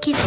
きる。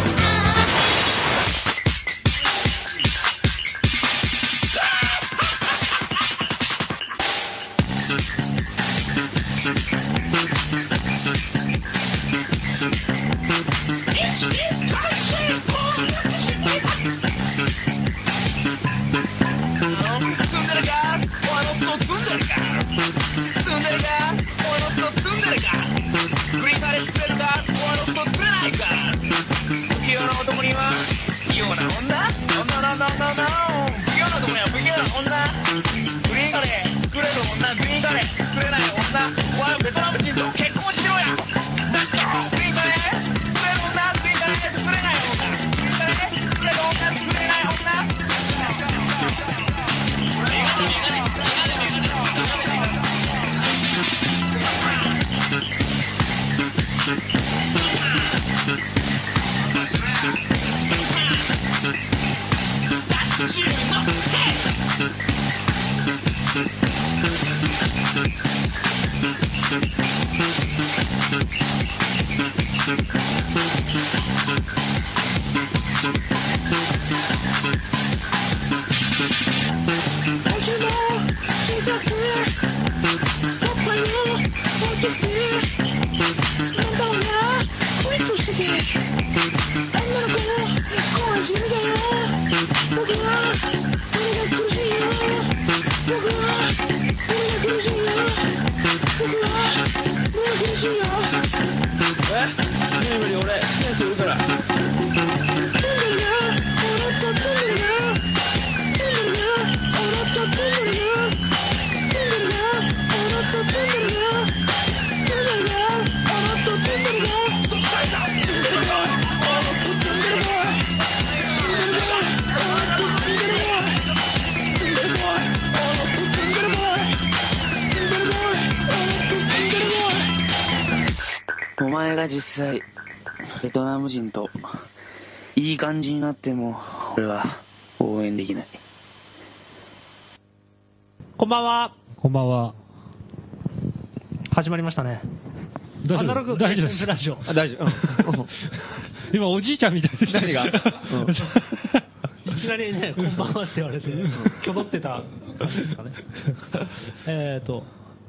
お前が実際、ベトナム人と、いい感じになっても、俺は応援できない。こんばんは。こんばんは。始まりましたね。大丈夫アナログ大丈夫です FM ラジオ。あ大丈夫うん 今、おじいちゃんみたいでした。何がうん いきなりね、こんばんはって言われて、きょどってた感じですかね。 えっと、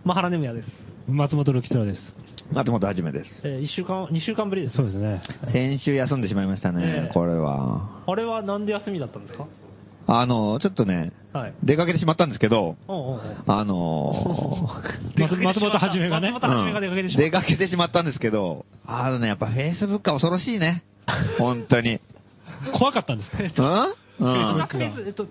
マハラネムヤです。松本の吉郎です。松本はじめです。えー、一週間、2週間ぶりです。そうですね。先週休んでしまいましたねえ、えこれは。あれはなんで休みだったんですかあの、ちょっとね、はい。出かけてしまったんですけど、おうおうおうあの松松本はじめがね。松本はじめが出か けてしまった出かけてしまったんですけど、あのね、やっぱ Facebook は恐ろし いね。本当に。怖かったんですかうんう。そん なんフェイスえっと、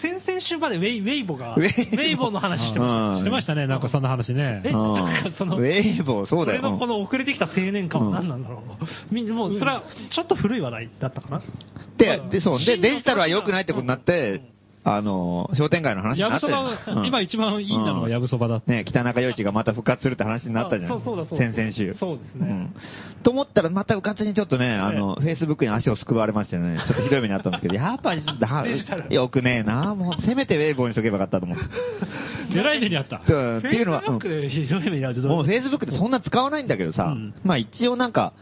先々週までウェイウェイボが、ウウェェイボイボの話してました。うんしてましたね、なんかそんな話ねえ。うんなんかそのウェイボー、そうこだれよ。うのんこの遅れてきた青年感は何なんだろう、みん、もうそれはちょっと古い話題だったかな、で、で、そう。で、真のデジタルは良くないってことになって、あの、商店街の話にやなぶってそば、今一番いいんだのうはんやぶそばだって。ね、北中余市がまた復活するって話になったじゃあそん。うそうだそうだ先々週。そうですねんと思ったら、またうかつにちょっとね、あの、Facebook に足をすくわれましてね、ちょっとひどい目にあったんですけ ど、やっぱり、デジタルよくねえな、もう、せめてウェイボーにしとけばよかったと思って。えらい目にあった。うんっていうのは、フェイスブックうんでひどい目に遭うとどうもう Facebook ってそんな使わないんだけどさ、うんまあ一応なんか、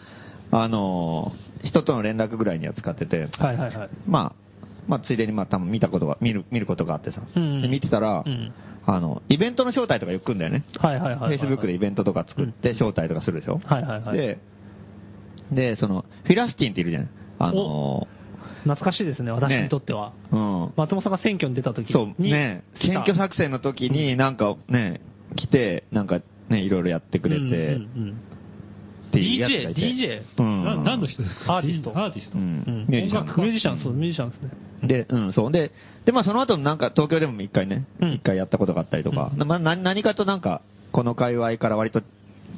あのー人との連絡ぐらいには使ってて、はいはいはい、まあ、まあ、ついでに、まあ、多分見たことが、見る、見ることがあってさ。うんで見てたら、うんあの、イベントの招待とかよく来るんだよね。はいはいはいはい、 Facebook でイベントとか作って招待とかするでしょ、はいはいはいで、で、その、フィラスティンっているじゃん。あの懐かしいですね、私にとっては、ーうん。松本さんが選挙に出た時そう、にね、来選た挙作戦の時になんかね、来て、なんかね、いろいろやってくれうんて、うんっていうやつがいて。 DJ うん。な何の人ですかアーティストアーティストう。うんん、ミュージシャン音楽ミュージシャン、そう、ミュージシャンですね、で、うん、そう。で、で、まあその後なんか東京でも一回ね、一、うん回やったことがあったりとか、うんまあな何かとなんか、この界隈から割と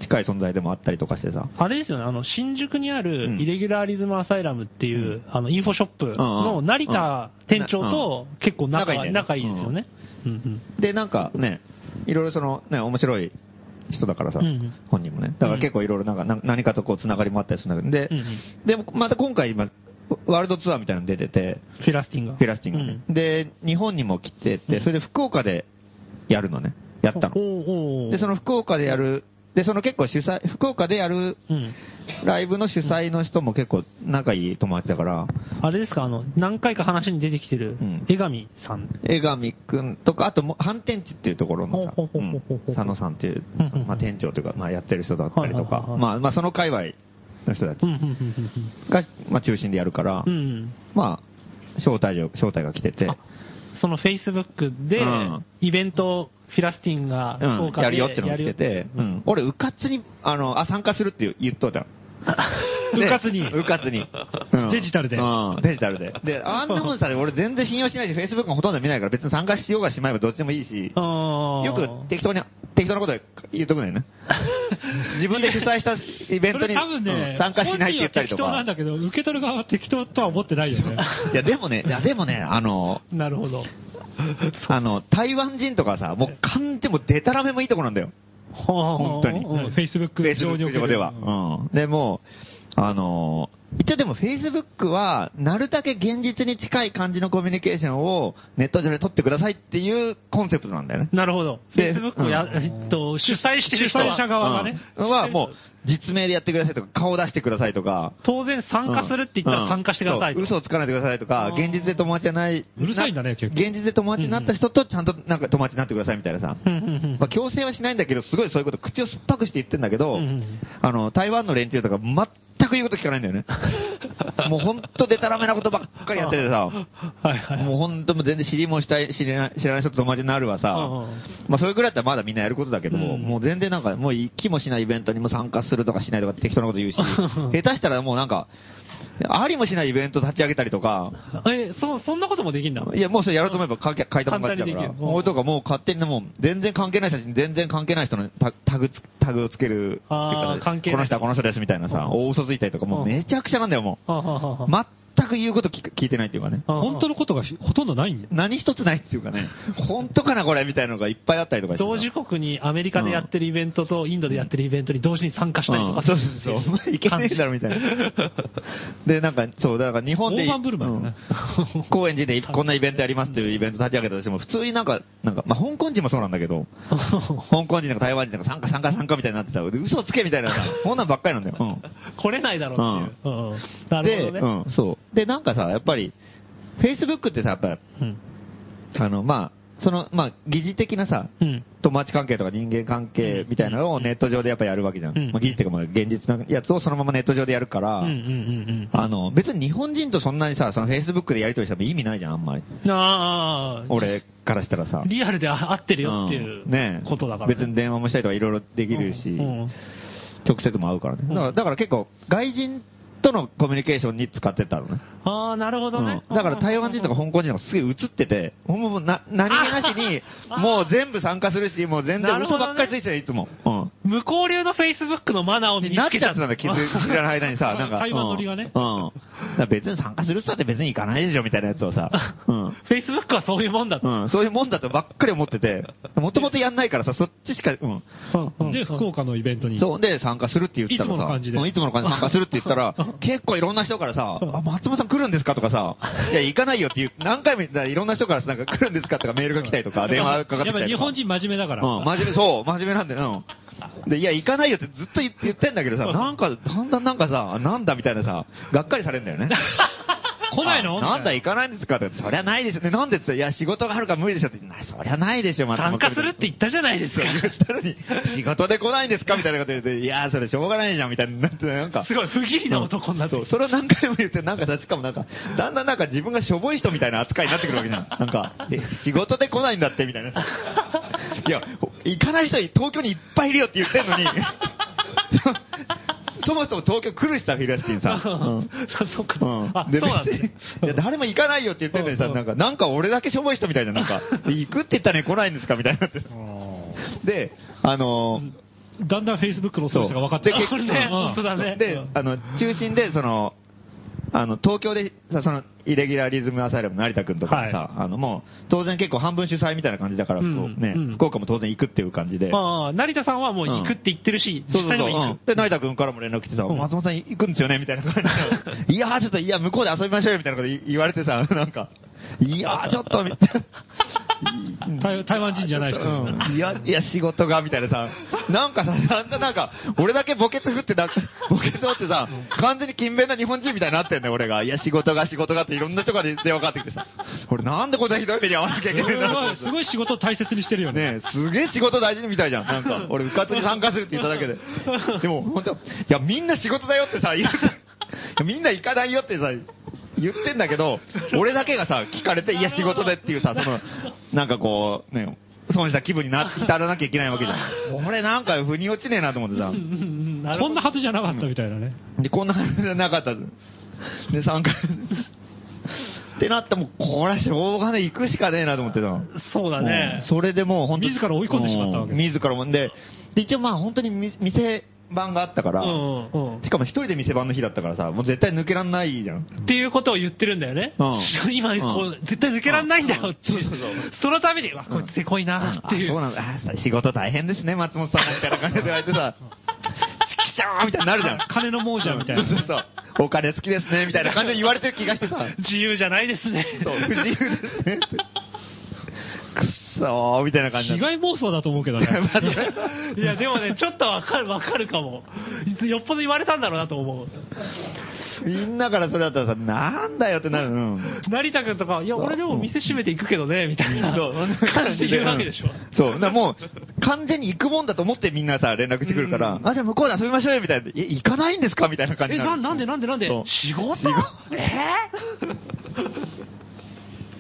近い存在でもあったりとかしてさ。あれですよね、あの、新宿にあうんるイレギュラーリズムアサイラムっていう、あの、インフォショップうんうのん成田店長と結構仲,、仲いいんだよね仲いいですよね。うんで、なんかね、いろいろそのね、面白い人だからさ、うんうん本人もね。だから結構いろいろなんか、な何かとこうつながりもあったりするんだけど、で、うんうんでもまた今回今、ワールドツアーみたいなの出てて、フィラスティンが。フェラスティンがね、で、日本にも来てて、それで福岡でやるのね。やったのお。うおうおうで、その福岡でやるで、その結構主催、福岡でやるうん。ライブの主催の人も結構仲いい友達だから、あれですか、あの、何回か話に出てきてるうん、江上さん。江上くんとか、あとも、反転地っていうところのさ、ほうほうほうほうほううん佐野さんっていううんうんう、んまあ店長というか、まあやってる人だったりはといはいはか、いまあ、まあその界隈の人たちうん、うん、うん、が、まあ中心でやるからうん。う、ん。まあ、招待状、招待が来ててあ、その Facebook でうん、イベント、フィラスティンがう福ん、岡でやるよってのが来てて、うやるよん、俺、うかつに、あの、あ、参加するって言っといたの。でうかつにうかつに。 デジタルでうん、デジタルで。で、あんなもんさ、俺全然信用しないし、Facebook もほとんど見ないから、別に参加しようがしまいばどっちでもいいし、あーよく適当に、適当なこと言っとくのよ ね。自分で主催したイベントに、それ多分ねうん参加しないって言ったりと本人かは適当なん。だけど、受け取る側は適当とは思ってないよね。いや、でもね、いや、でもね、あの、 なるほど。あの、台湾人とかさ、もう完全もうデタラメもいいとこなんだよ。本本当にうん Facebook フェイスブ上におックける上では。うん。でも、あのー一応でも Facebook は、なるだけ現実に近い感じのコミュニケーションをネット上で取ってくださいっていうコンセプトなんだよね。なるほど。で Facebook をや、うんえっと、主催してる人主催者は、が側ねうんはもう、実名でやってくださいとか、顔出してくださいとか。当然参加するって言ったうらん参加してくださいと。そう嘘をつかないでくださいとあか、ー現実で友達じゃない。うるさいんだねな結構現実で友達になった人とちゃんとなんか友達になってくださいみたいなさ。うんうんうんまあ、強制はしないんだけど、すごいそういうこと、口を酸っぱくして言ってんだけど、うんうんあの、台湾の連中とか全く言うこと聞かないん だよね。もうほんとデタラメなことばっかりやっててさ、はいはい。もうほんともう全然知りもしたい、知らない、知らない人と友達になるわさうんうん、まあそれくらいだったらまだみんなやることだけども、うんもう全然なんか、もう行きもしないイベントにも参加するとかしないとか適当なこと 言うし、下手したらもうなんか、ありもしないイベント立ち上げたりとか、え、そ、そんなこともできんだ。いや、もうそれやろうと思えば書い書いたもん勝ち簡単だかにで。らきる俺とかもう勝手にもう、全然関係ない写真、全然関係ない人のタタグつ、タグをつける。あー関係こなのい人はこの人ですみたいなさ、大嘘ついたりとか、もううんめちゃくちゃなんだよ、もはあはあはあうは。全く言うこと聞く聞いてないっていうかね。あはあ本当のことがひほとんどないんだよ。何一つないっていうかね、本当かなこれみたいなのがいっぱいあったりとかしてさ同時刻にアメリカでやってるイベントとインドでやってるイベントに同時に参加したりとうんかそ うそうそう。お前いけねえだろみたいな。で、なんか、そう、だから日本で大、盤振る舞いだねうん高円寺でこんなイベントやりますっていうイベント立ち上げたとしても、普通になんか、なんか、まあ、香港人もそうなんだけど、香港人とか台湾人とか参加参加参加みたいになってたら、嘘つけみたい なさ、こんなんばっかりなんだよ。うん 来れないだろうっていう。うんなるで、ほうどね。ん、そう。で、なんかさ、やっぱり、Facebook ってさ、やっぱり、うん。あの、まあ、その、まあ、疑似的なさ、うん。友達関係とか人間関係みたいなのをネット上でやっぱやるわけじゃん。うんまあ、疑似っていうか、まあ、現実のやつをそのままネット上でやるから、うんうんうんあの、別に日本人とそんなにさ、その Facebook でやりとりしても意味ないじゃん、あんまり。うん。ああ、俺からしたらさ。リアルで合ってるよってうんいねうえことだからね。別に電話もしたりとかいろいろできるし、うんうん直接も会うからね。だからだから結構、外人とのコミュニケーションに使ってたのね。ああ、なるほどねう。んだから台湾人とか香港人とかすげえ映ってて、もうな何気なしに、もう全部参加するし、もう全然嘘ばっかりついてる、いつも。うん。向こう流の Facebook のマナーを身になっつけちちゃゃっってたたんだ、気づい 知らない間にさ、なんか。台湾乗りがねうん。うんだから別に参加するっつったって別に行かないでしょ、みたいなやつをさ。 うん。 Facebook はそういうもんだと。うん、そういうもんだとばっかり思ってて、もともとやんないからさ、そっちしか、うん。で、福岡のイベントに。そう、で、参加するって言ったらさ、いつもの感じでうんいつもの感じで参加するって言った ら、結構いろんな人からさ、あ、松本さん来るんですかとかさ、いや、行かないよっていう、 何回も言ったらいろんな人からさ、なんか来るんですかとかメールが来たりと か、電話かかってやきったぱり日とか。本人真面目だから。うん、真面目、そう、真面目なんだよ。うん。で、いや、行かないよってずっと言って言ってんだけどさ、なんか、だんだんなんかさ、なんだみたいなさ、がっかりされるんだよね。 来ないのあなんだ行かないんですかって、そりゃないですよね。なんでって、いや、仕事があるから無理でしょって、なそりゃないでしょ、松参本加するって言ったじゃない ですか。言ったのに、仕 事で来ないんですかみたいなこと言って、いやー、それしょうがないじゃん、みたいになって、なんか。すごい不義理な男になってそう、それを何回も言って、なんかさ、しかもなんか、だんだんなんか自分がしょぼい人みたいな扱いになってくるわけじゃん。なんか、え仕事で来ないんだって、みたいな。いや、行かない人、東京にいっぱいいるよって言ってんのに、そもそも東京来るしさ、フィラスティンさ。 そうそうか。うんあ、そでうなんだ別にいや誰も行かないよって言ってんのにさ、うんなんか、なんか俺だけしょぼい人みたい な、なんか、行くって言ったのに来ないんですかみたいになって。で、あのーだんだん Facebook のそう人が分かってで結これね、本当だね。でうん、あの、中心で、その、あの、東京でさ、その、イレギュラリズムアサイラムの成田くんとかもさ、はあの、もう、当然結構半分主催みたいな感じだから、うんこうね、うん福岡も当然行くっていう感じで。ああ、成田さんはもう行くって言ってるし、そう実そう際にそう。も行うんく。で、成田くんからも連絡来てさ、松本さん行くんですよねみたいな感じ で。いやー、ちょっ と、いや、向こうで遊びましょうよみたいなこと言言われてさ、なんか、いやー、ちょっと、みたいな。台台湾人じゃない人。うん。いや、いや、仕事が、みたいなさ。なんかさ、だんだんなんか、俺だけボケツ振ってなん か、ボケツ持ってさ、完全に勤勉な日本人みたいになってんだよ、俺が。いや、仕事が、仕事がっていろんな人から電話かかってきてさ。俺なんでこんなひどい目に遭わなきゃいけないんだろうと思ってすごい仕事を大切にしてるよね。ねえ、すげえ仕事大事みたいじゃん。なんか、俺、うかつに参加するって言っただけで。でも、本当いや、みんな仕事だよってさ、言うみんな行かないよってさ、言ってんだけど、俺だけがさ、聞かれて、いや、仕事でっていうさ、その、なんかこう、ね、損した気分にな、浸らなきゃいけないわけじゃん。俺なんか、腑に落ちねえなと思ってさ。なるこほんどなはずじゃなかったみたいなね。で、こんな感じじゃなかった。で、参加。ってなっても、これはしょうがねえ、行くしかねえなと思ってさ。そうだねうん。それでもう本当自ら追い込んでしまったわけうん自らもんで、で一応まあ本当にみ店番があったから、うんうんうん。しかも一人で店番の日だったからさ、もう絶対抜けらんないじゃん。っていうことを言ってるんだよね。う今、こう、絶対抜けらんないんだよっていう。そのために、わ、こいつせこいなっていあそうう。なんだ。あ仕事大変ですね、松本さんみたいな感じで言われてさ、ちきしょーみたいになるじゃん。金の亡者みたいな。そうそうそう。お金好きですね、みたいな感じで言われてる気がしてさ、自由じゃないですね。そう、不自由ですね。くっそー、みたいな感じ被になる害妄想だと思うけ どね。いや、でもね、ちょっとわかる、わかるかも。よっぽど言われたんだろうなと思う。みんなからそれだったらさ、なんだよってなる。うん成田君とか、いや、俺でも店閉めていくけどね、みたいなそう、そんな感じで言うわけでしょ。うんそう。だからもう、完全に行くもんだと思ってみんなさ、連絡してくるから、あ、じゃあ向こうで遊びましょうよ、みたいな。え、行かないんですかみたいな感じえ、になな、る。なんでなんでなんでそう仕事仕事 え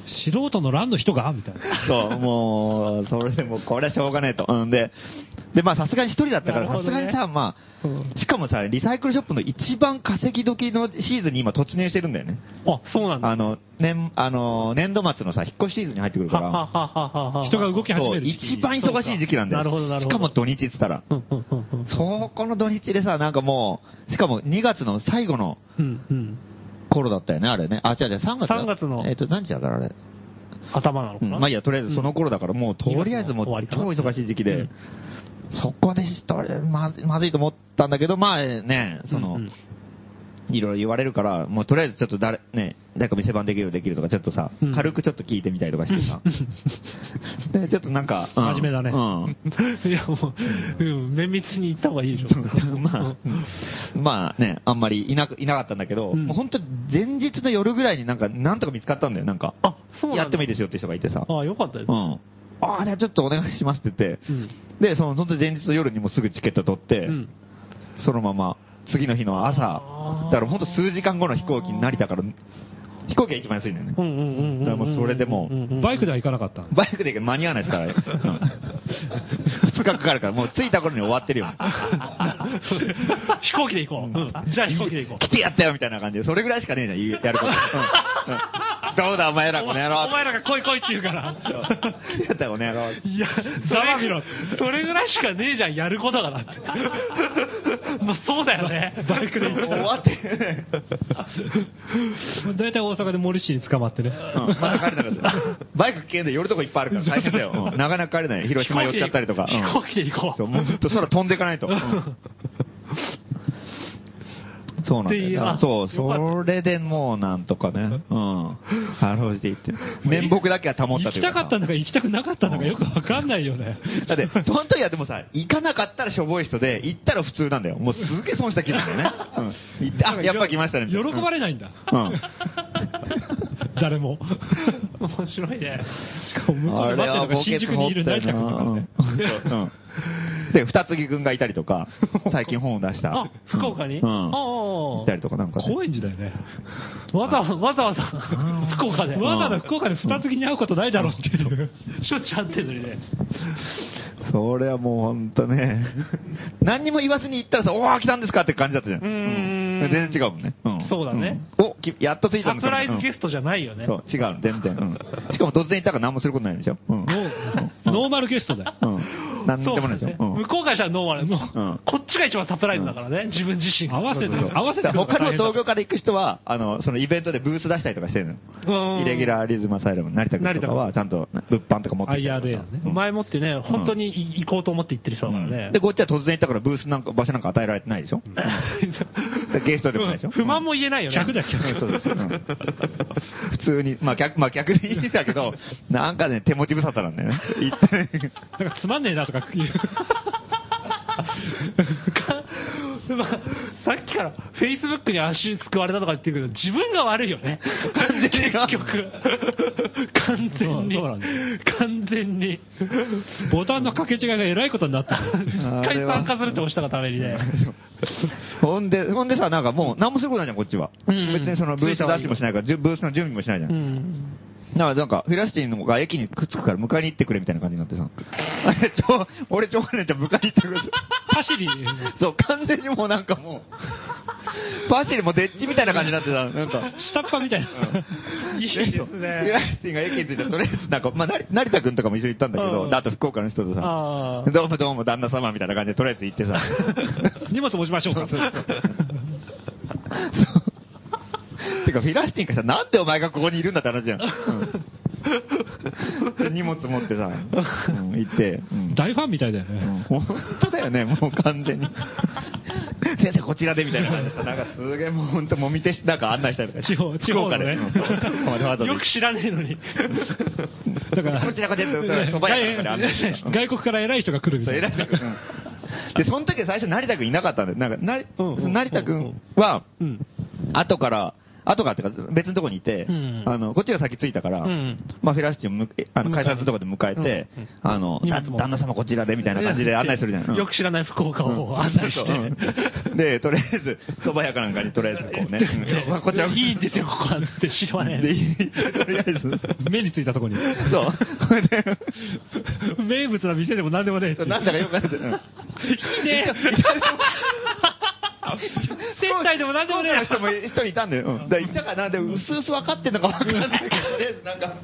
素人の乱の人がみたいな。そう、もう、それでもう、これはしょうがないと。うんで、で、まあさすがに一人だったから、なるさほすどがねにさ、まあ、しかもさ、リサイクルショップの一番稼ぎ時のシーズンに今突入してるんだよね。あ、そうなんだ。あの、年、あの、年度末のさ、引っ越しシーズンに入ってくるかはははら、ははは。人が動き始そう、める時期一番忙しい時期なんだなよ。るほどなるほどしかも土日って言ったら。うんうんうんうんそこの土日でさ、なんかもう、しかも2月の最後のうんうん。頃だったよね、あれね。あ、違う違う、3月だ3月のえっ、と、何日だからあれ。頭なのうかんなまあいいや、とりあえずその頃だから、もう、とりあえずもう、 2月超の終わりかな忙しい時期で、うんそこでしとれまず、まずいと思ったんだけど、まあね、その、うんうんいろいろ言われるから、もうとりあえずちょっと誰、ね、誰か店番できるできるとか、ちょっとさ、うん軽くちょっと聞いてみたりとか してさ。で、ちょっとなんか、うん真面目だねうんいや、もう、うん、綿密に行った方がいいでしょ。 まあ、まあね、あんまりいなく、いなかったんだけど、うんもう本当前日の夜ぐらいになんか、なんとか見つかったんだよ、なんか。あ、そうなんだ。やってもいいでですよって人がいてさ。あ、よかったですう。ん。ああ、じゃあちょっとお願いしますって言って、うんで、その、本当前日の夜にもうすぐチケット取って、うん。そのまま、次の日の朝あ、ーだから本当数時間後の飛行機に成田から、飛行機が一番安いんだよねう。んうんうんうんうん。だからもうそれでもうバイクでだは行かなかった。バイクで行けば間に合わないですから、2日かかるから、もう着いた頃に終わってるよ。 飛行機で行こう。うんじゃあ飛行機で行こう。来てやったよみたいな感じで、それぐらいしかねえじゃん、言うやること。うんうんどうだ、お前ら、この野郎お。前らが来い来いって言うから。来てやったよ、この野郎。いや、ざわみろ。それぐらいしかねえじゃん、やることがだ って。まあそうだよね。バイクで行終わって、大体大阪で森氏に捕まってね。うんまだ帰れなかった。バイク危険で寄るとこいっぱいあるから、大変だよ。うんなかなか帰れない。広島寄っちゃったりとか。飛うん行機で行こう。そう、もっと空飛んでいかないと。そうなんだっていうよあな。そう、よかったそれでもうなんとかね。うん。あろうじていって。面目だけは保ったと行いきうかたさ。かったのか行きたくなかったのかよくわかんないよね。だって、その時はでもさ、行かなかったらしょぼい人で、行ったら普通なんだよ。もうすげえ損した気分だ よね。うん。行って、あ、やっぱ来ましたね。喜ばなれい。ないんだ。うん。誰も。 面白いね。しかも向こうあれで待ってるはのが新宿にいる成田君だからね。うんうんで、二つ木くんがいたりとか、最近本を出した。あ、福岡にうんあうん。いたりとかなんかね。高円寺だよね。わざわざ、わざわざ、福岡で。わざわざ福岡で二つ着に会うことないだろうっていう。しょっちゅう会ってんのに ね。それはもうほんとね、何にも言わずに行ったらさ、おー、来たんですかって感じだったじゃん。うーんう全然違うもんね。んそうだね。うんお、きやっと着いたサんですプかライズゲスストじゃないよね。そう、違う、全然。うんしかも突然行ったから何もすることないでしょ。うんノーマルゲストだよ。うんなんでもないでしょ。うん向こうからしたらノーマル。んこっちが一番サプライズだからね、自分自身が。合わせて、そう合わせてだくから他のが大の変だ同業から行く人は、あの、そのイベントでブース出したりとかしてるうのんよ。イレギュラーリズムアサイラム、成田君とかは、ちゃんと物販とか持ってきて IRA のねうん前もってね、本当に行こうと思って行ってる人だからね。で、こっちは突然行ったからブースなんか、場所なんか与えられてないでしょゲストでもないでしょ不満も言えないよね。客だよ、うん客。そうです。うん普通に、まあ逆、まあ逆にいいんだけど、なんかね、手持ち無沙汰なんだよね。行ったねなんかつまんねえなとか 言う。まあさっきから、フェイスブックに足すくわれたとか言ってるけど、自分が悪いよね。完全に結局。完全に。そうそうなんだ完全に。ボタンの掛け違いがえらいことになった。あ一回れは参加するって押したがためにね。ほんで、ほんでさ、なんかもう、何もすることないじゃん、こっちは。うんうん別にそのブース出しもしないから、じゅブースの準備もしないじゃん。うん。だからなんか、フィラシティの方が駅にくっつくから迎えに行ってくれみたいな感じになってさ。 えちょ俺、ちょ、俺ちゃん迎えに行ってくれ。パシリ。そう、完全にもうなんかもう、パシリもデッチみたいな感じになってさ、なんか。下っ端みたいいな。いですフィラね。シティが駅に着いたら、とりあえずなんか、まあ、成成田くんとかも一緒に行ったんだけうど、んであと福岡の人とさ、ああ。どうもどうも旦那様みたいな感じでとりあえず 行ってさ。荷物持ちましょうか。てか、フィラスティンがさ、なんでお前がここにいるんだって話 じゃん。うん荷物持ってさ、うん行って、うん大ファンみたいだようね。ん本当だ よね、もう完全に。先生、こちらでみたいな感じでさ、なんかすげえもう本当もみ手なんか案内したりとかして地方地方のね福岡でうんわざわざよく知らねえのに。だから、こちらこちらって、そば屋とかで案内してた。外国から偉い人が来るみそたうい偉な。い人がうんで、その時最初成田君いなかったんだよ。なんか、なりうんうん成田君は、うん。後から、後からっていうか別のとこにいて、うんあの、こっちが先着いたから、うんまあフェラシティをむえあの改札のとこで迎えうて、んうんあの、荷だ物も旦那様こちらでみたいな感じで案内するじゃない。よく知らない福岡を案内して。うんで、とりあえず、蕎麦屋かなんかにとりあえずこうね、うんまあこっちは。いいんですよ、ここはって知らねで、いいとりあえず、目についた とこに。そう。それで名物な店でも何でもねえっていうなんだかよくわかんないうんえ。いいね。仙台でも何でもねえ福岡の人も一人いたんだよ。うんだからいたかな、でも、うすうす分かってんのか分かんないけど、とりあえずなんか、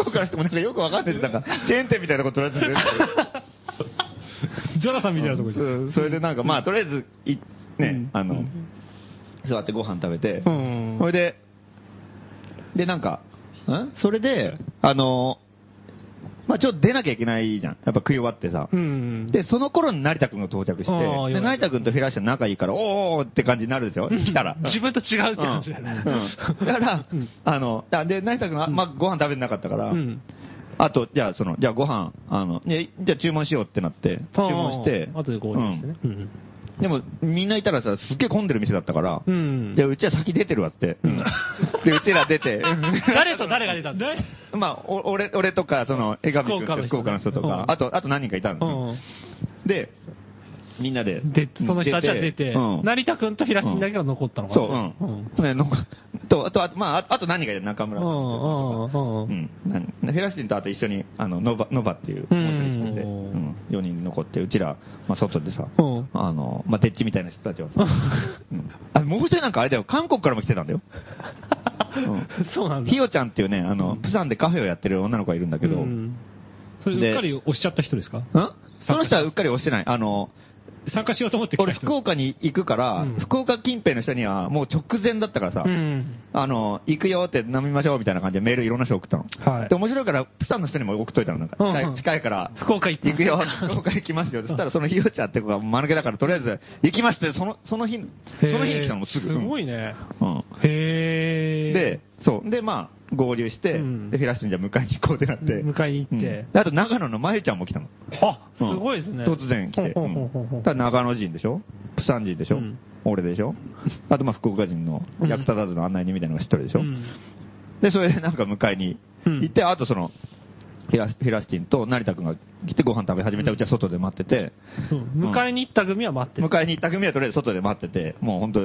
福岡の人もなんかよく分かってて、なんか、チェーン店みたいなこと取られてゾラさんみたいなとこてに。うんそれでなんか、まあ、とりあえず、いね、あの、座ってご飯食べて、うんそれで、で、なんか、んそれで、あの、まあ、ちょっと出なきゃいけないじゃん。やっぱ食い終わってさ。うん。で、その頃に成田君が到着して、あーで、成田君とフィラッシュ仲いいから、おーおーって感じになるでしょ来たら。自分と違うって感じだよね。うんだから、あの、だで、成田君は、まあ、ご飯食べてなかったから、うんあと、じゃあ、その、じゃあご飯、あの、ねじゃあ注文しようってなって、注文して、あとでこうしてね。うん。うんでも、みんないたらさ、すっげえ混んでる店だったから、うんじゃあ、うちは先出てるわっつって、で、うちら出て、 誰と誰が出たんだまあ、お俺、俺とか、その、江上君とか福福岡岡のの人人ねとうか、んあと、あと何人かいたの。で、みんなで。で、その人たちは出て、うん成田君と平君だけが残ったのかな。そう、ううんん。ね、なんか、と、あと、あと、まああと、あと何人かいた中う村。んうんうんう。ん、なんフェラシティンとあと一緒にあのノバノバっていううん面白い人で、うん、4人残ってうちら、まあ、外でさ、うんあのまあ、デッチみたいな人たちはさ、うんあもう一人なんかあれだよ韓国からも来てたんだよ、 そうなうんん、だ。ひよちゃんっていうねあのプサンでカフェをやってる女の子がいるんだけど、うんそれうっかり押しちゃった人ですかんその人はうっかり押してないあの参加しようと思って来た俺人。福岡に行くから、うん福岡近辺の人にはもう直前だったからさ、うん。あの、行くよって飲みましょうみたいな感じでメールいろんな人送ったの。はいで、面白いから、プサンの人にも送っといたの。なんか近い,、うんうん近いから、福岡行って行く よ、福岡行きますよ。そしたらそのひよちゃんって子が間抜けだから、とりあえず行きますって、その、その日、その日に来たのもうすぐ。へーすごい。いね。うん。へえ。で、そう。で、まあ、合流して、うんで、フィラッシュにじゃあ迎えに行こうってなって。迎えに行ってうんであと長野のまゆちゃんも来たの。あ、すうんごいですね。突然来て。ほんほんほんほんただ長野人でしょプサン人でしょ、うん俺で しょあとまあ福岡人の役立たずの案内人みたいなのが一人でしょ、うんで、それでなんか迎えに行って、あとその、フィラフィラシティンと成田君が来てご飯食べ始めた、うちは外で待ってて、うん迎えに行った組は待ってる。迎えに行った組はとりあえず外で待ってて、もう本当、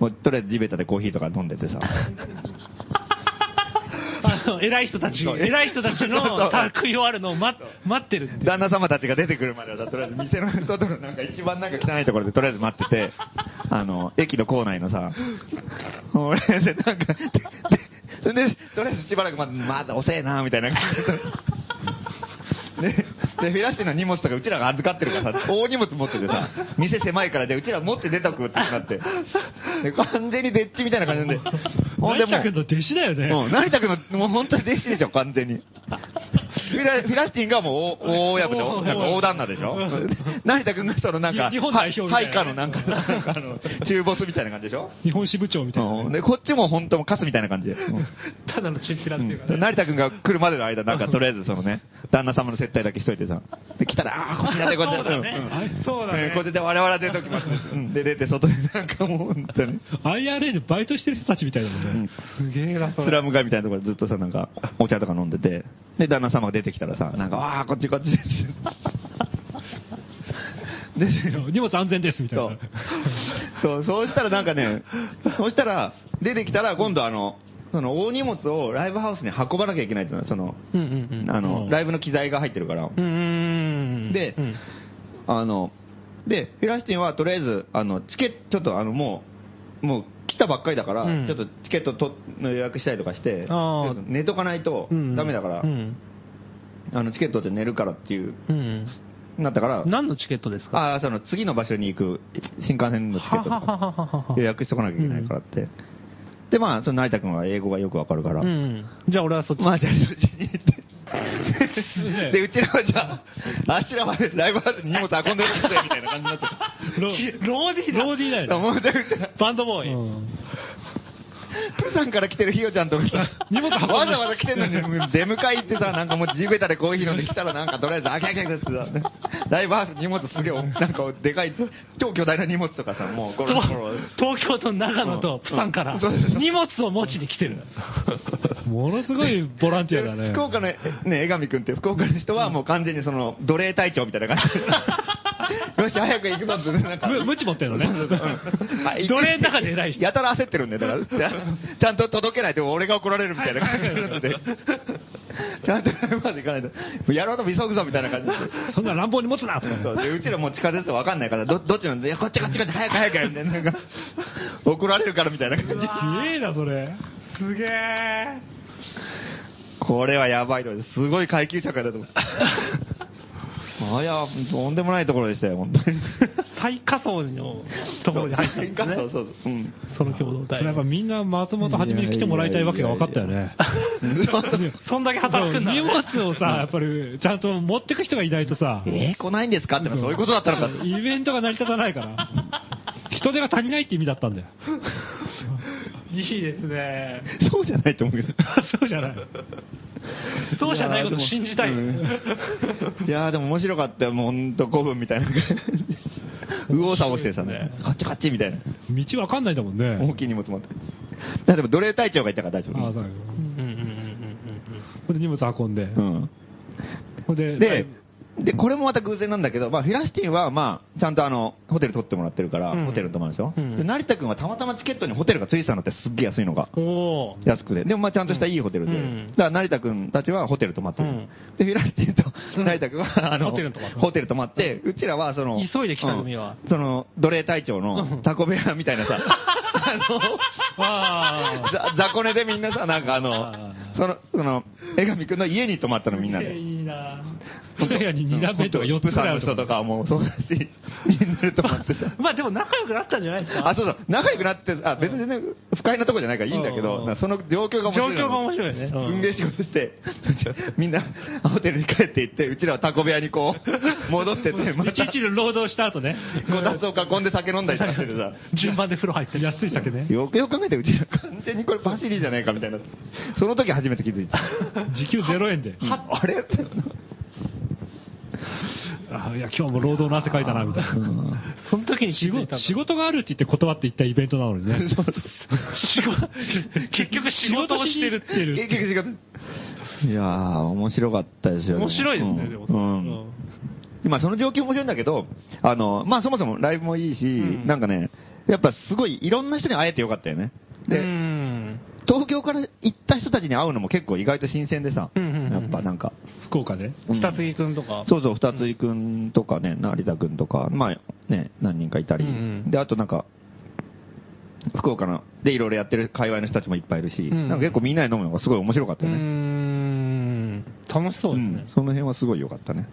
もうとりあえず地べたでコーヒーとか飲んでて さ、あの、偉い人たち、そう偉い人たち そうそのうた食い終わるのを待待ってるって。旦那様たちが出てくるまではさ、とりあえず店の外のなんか一番なんか汚いところでとりあえず待ってて、あの、駅の構内のさ、俺でなんか、で、でとりあえずしばらくまだ、まだ遅えな、みたいな感じで。で、で、フィラスティの荷物とかうちらが預かってるからさ、大荷物持っててさ、店狭いからで、うちら持って出とくってなって。で、完全にデッチみたいな感じで。ほんで成も田う君の弟子だよね。うん、成田君の、もう本当に弟子でしょ、完全に。フ ィラフィラスティンがもう大大親分で、おなんか大旦那でしょ成田君がそのなんか、日本代表みたいな配下のなんか、なんかあの中ボスみたいな感じでしょ日本支部長みたいなね、うんで、こっちも本当もカスみたいな感じで。うんただのチンピラっていうかね。成田君が来るまでの間、なんかとりあえずそのね、旦那様の接待だけしといてさ。で、来たら、ああー、こっちだね、こっちそうだねんんそうだねんこっちで我々は出ときますね。うんで、出て外でなんかもう本当に。 IRA でバイトしてる人たちみたいだもんね。すげえな、スラム街みたいなところでずっとさ、なんか、お茶とか飲んでて、で、旦那様が出てきたらさ、なんか、ああ、こっ ちこっちです。 で、荷物安全ですみたいそなう。。そう、そうしたらなんかね、そうしたら、出てきたら今度あの、その大荷物をライブハウスに運ばなきゃいけないっていうのは、その、うんうんあうんの、ライブの機材が入ってるから。うん。うん。でうんあの、で、フィラスティンはとりあえず、あの、チケット、ちょっとあの、もう、もう来たばっかりだから、うんちょっとチケットとの予約したりとかして、ちあーょっと寝とかないとうんダメだから、うん。あの、チケットって寝るからっていう、うん。なったから、何のチケットですかあーその次の場所に行く新幹線のチケットとはははははかは予約しとかなきゃいけないからって。で、まあ、その成田君は英語がよくわかるから、うん。じゃあ俺はそっち。まあ、じゃあそっちに行って。え で、うちらはじゃあ、あっしらまでライブハウスに荷物運んでおきますよみたいな感じになってる。 ロローディローディーだよね。もうだからバンドボーイ。うんプサンから来てるひよちゃんとかさ、荷物運ぶわざわざ来てんのに、出迎え行ってさ、なんかもう地べたでコーヒー飲んで来たらなんかとりあえず、あきゃきゃきゃってさ、ライブハウス荷物すげえ、 なんかでかい、超巨大な荷物とかさ、もうゴロゴロ。東東京と長野とプサンからうんそうそうそう荷物を持ちに来てる。ものすごいボランティアだね。福岡の、ね、江上くんって福岡の人はもう完全にその、奴隷隊長みたいな感 じで。よし、早く行くぞって、なんか。む無知持ってんのね。は い奴隷の中で偉い人やたら焦ってるんだよ、だ から。ちゃんと届けないと俺が怒られるみたいな感じになってて。ちゃんとライブまで行かないと。もうやろうとも急ぐぞみたいな感じで。そんな乱暴に持つなとかね。そうでうちらもう地下鉄わかんないから、どどっちなんで、いやこっちこっちこっち、早く早くみたいな、なんか、怒られるからみたいな感じ。すげえな、それ。すげえ。これはやばいと思ってすごい階級社会だと思って。あいや、とんでもないところでしたよ、本当に。最下層のところに入ってるんですねそう。そうそう。うん。その共同それや体っぱ。みんな松本はじめに来てもらいたいわけが分かったよね。そんだけ働くんだ。荷物をさ、やっぱりちゃんと持ってく人がいないとさ、えー来ないんですかってのはそういうことだったのかって。イベントが成り立たないから。人手が足りないって意味だったんだよ。いいですね。そうじゃないと思うけど。 そうじゃない。そうじゃないことを信じたい。いやーでも面白かったよ、もうほんと5分みたいな。右往左往してさ、ね、カッチカッチみたいな。道わかんないんだもんね。大きい荷物持って。だって奴隷隊長がいたから大丈ああ、夫。そうだようんうんうんうんほんで荷物運んで。うん。ほんで、で、で、これもまた偶然なんだけど、まあ、フィラスティンは、まあ、ちゃんとあの、ホテル取ってもらってるから、うんホテルに泊まるでしょ、うんで、成田君はたまたまチケットにホテルがついてたのってすっげえ安いのが。うん。おお。安くて。でもまあちゃんとしたいいホテルで。うんだから成田君たちはホテル泊まってる。うんで、フィラスティンと成田君は、あの、ホテル泊まったホテル泊まって、うちらはその、急いで来た組はうんその、奴隷隊長うんのタコ部屋みた いなさ、ああ の、ざ雑魚寝でみんなさ、なんかあのあ、その、その、江上君の家に泊まったのみんな あ。で。いいな。部屋に2段目とか4つプぐサらいあのる人とと思う。かはもうそうだし、みんなで泊まってさ。 まあでも仲良くなったんじゃないですか。あ、そうそう、仲良くなって、あ、別にね、不快なとこじゃないからいいんだけうど、んなその状況が状面白い況の。が面白いね。すんげえ仕事して、 みんなホテルに帰って行って、うちらはタコ部屋に こう、戻ってって、また、一日労働した後ね。こたつを囲んで酒飲んだりとかしててさ、順番で風呂入ってる。安い酒ね。よくよく考えて、うちら完全にこれバシリじゃないかみたいな。その時初めて気づ いた。時給0円で。あれって。あいや、今日も労働の汗かいたな、みたいな。その時に気仕づいたん事だ仕事があるって言って断って行ったイベントなの にね。仕事、結局仕事をしてるっていう。結局違う。いやー、面白かったですよ面白いですね、でも。うんまあその状況面白いんだけど、あの、まあそもそもライブもいいし、んなんかね、やっぱすごいいろんな人に会えてよかったよね。で、うん。東京から行った人たちに会うのも結構意外と新鮮でさ、うんうんうんうんやっぱなんか、福岡で。うん二つ木くんとか。そうそう、二つ井くんとかね、成田くんとか、まあね、何人かいたり、うんうんで、あとなんか、福岡の、でいろいろやってる界隈の人たちもいっぱいいるし、うんなんか結構みんなで飲むのがすごい面白かったうよね。ん。楽しそううですんね。その辺はすごい良かったね。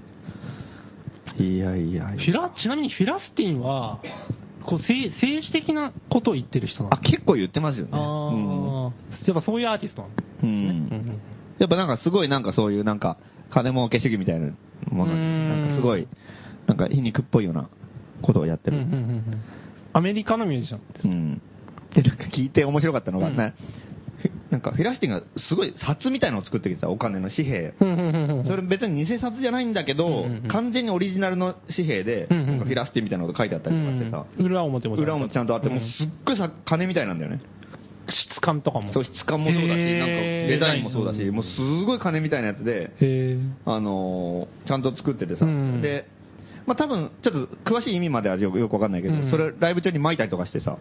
いやいやいフやィラ、ちなみにフィラスティンは、こう政政治的なことを言ってる人なのあ、結構言ってますよね。あー、やっぱそういうアーティストなの、うんうんやっぱなんかすごいなんかそういうなんか金儲け主義みたいなものうーんなんかすごい、なんか皮肉っぽいようなことをやってうんうんうんる。うんアメリカのミュージシャン。うん。で、なんか聞いて面白かったのが、うんななんかフィラスティンがすごい札みたいのを作ってきてさ、お金の紙幣。うんうんうんうんそれ別に偽札じゃないんだけど、うんうん完全にオリジナルの紙幣で、うんうんうんなんかフィラスティンみたいなこと書いてあったりとかしてさ、うん裏表もちゃんと裏もちゃんとあって、もうすっごいさ金みたいなんだよね。質感とかも。そう質感もそうだし、へーなんかデザインもそうだし、うんもうすごい金みたいなやつで、へあのーちゃんと作っててさ、うんで、まあ多分ちょっと詳しい意味まではよくよくわかんないけど、うんそれライブ中に撒いたりとかしてさ、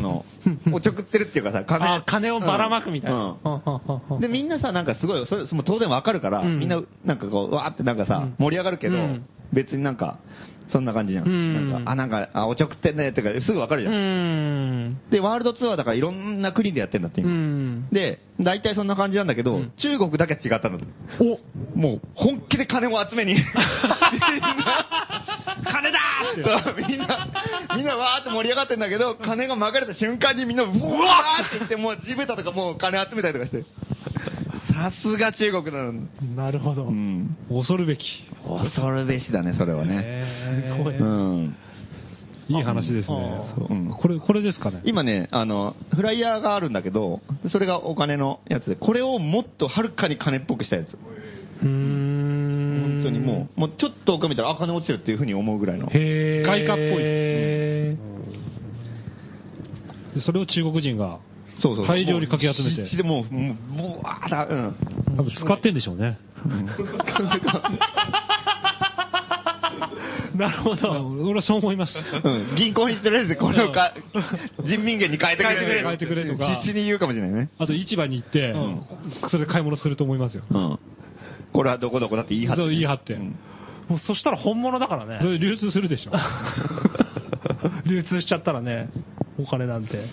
の、おちょくってるっていうかさ、金あ金をばらまくみたいうんう。なんははははで、みんなさ、なんかすごい、それその当然わかるから、うんみんな、なんかこう、わーってなんかさ、うん盛り上がるけど、うん別になんか、そんな感じじゃん。うんなんか、あ、なんか、あ、おちょくってんねってか、すぐわかるじうゃん,、ん。で、ワールドツアーだからいろんな国でやってんだって、う今。ん。で、大体そんな感じなんだけど、うん中国だけ違ったの。おもう、本気で金を集 めに。金だーってそう、みんな、みんなわーって盛り上がってんだけど、金が曲がれた瞬間にみんな、うわーって言って、もう地べたとかもう金集めたりとかして。さすが中国なの。なるほど。ん。恐るべき。恐るべしだね、それはね。へーうん。いい話ですねあ。ーうんこれ、これですかね。今ね、あの、フライヤーがあるんだけど、それがお金のやつで、これをもっとはるかに金っぽくしたやつ。うーん。本当にもう、もうちょっと奥見たら、あ、金落ちてるっていうふうに思うぐらいの。へー外貨っぽいでそれを中国人が、そうそう。大量にかき集もうめて必死でもう、もう、ブワーだ、うん。多分使ってんでしょうね。なるほあど。俺はそう思い ます。うん、銀行にとりあえずこれをか、人民元に変えてくれ変えてくれ変えてくれとか必死に言うかもしれないね。あと市場に行って、それで買い物すると思いますよ。うん。これはどこどこだって言い張って。そう言い張ってうんもうそしたら本物だからそね。れで流通するでしょ。 流通しちゃったらね、お金なんて。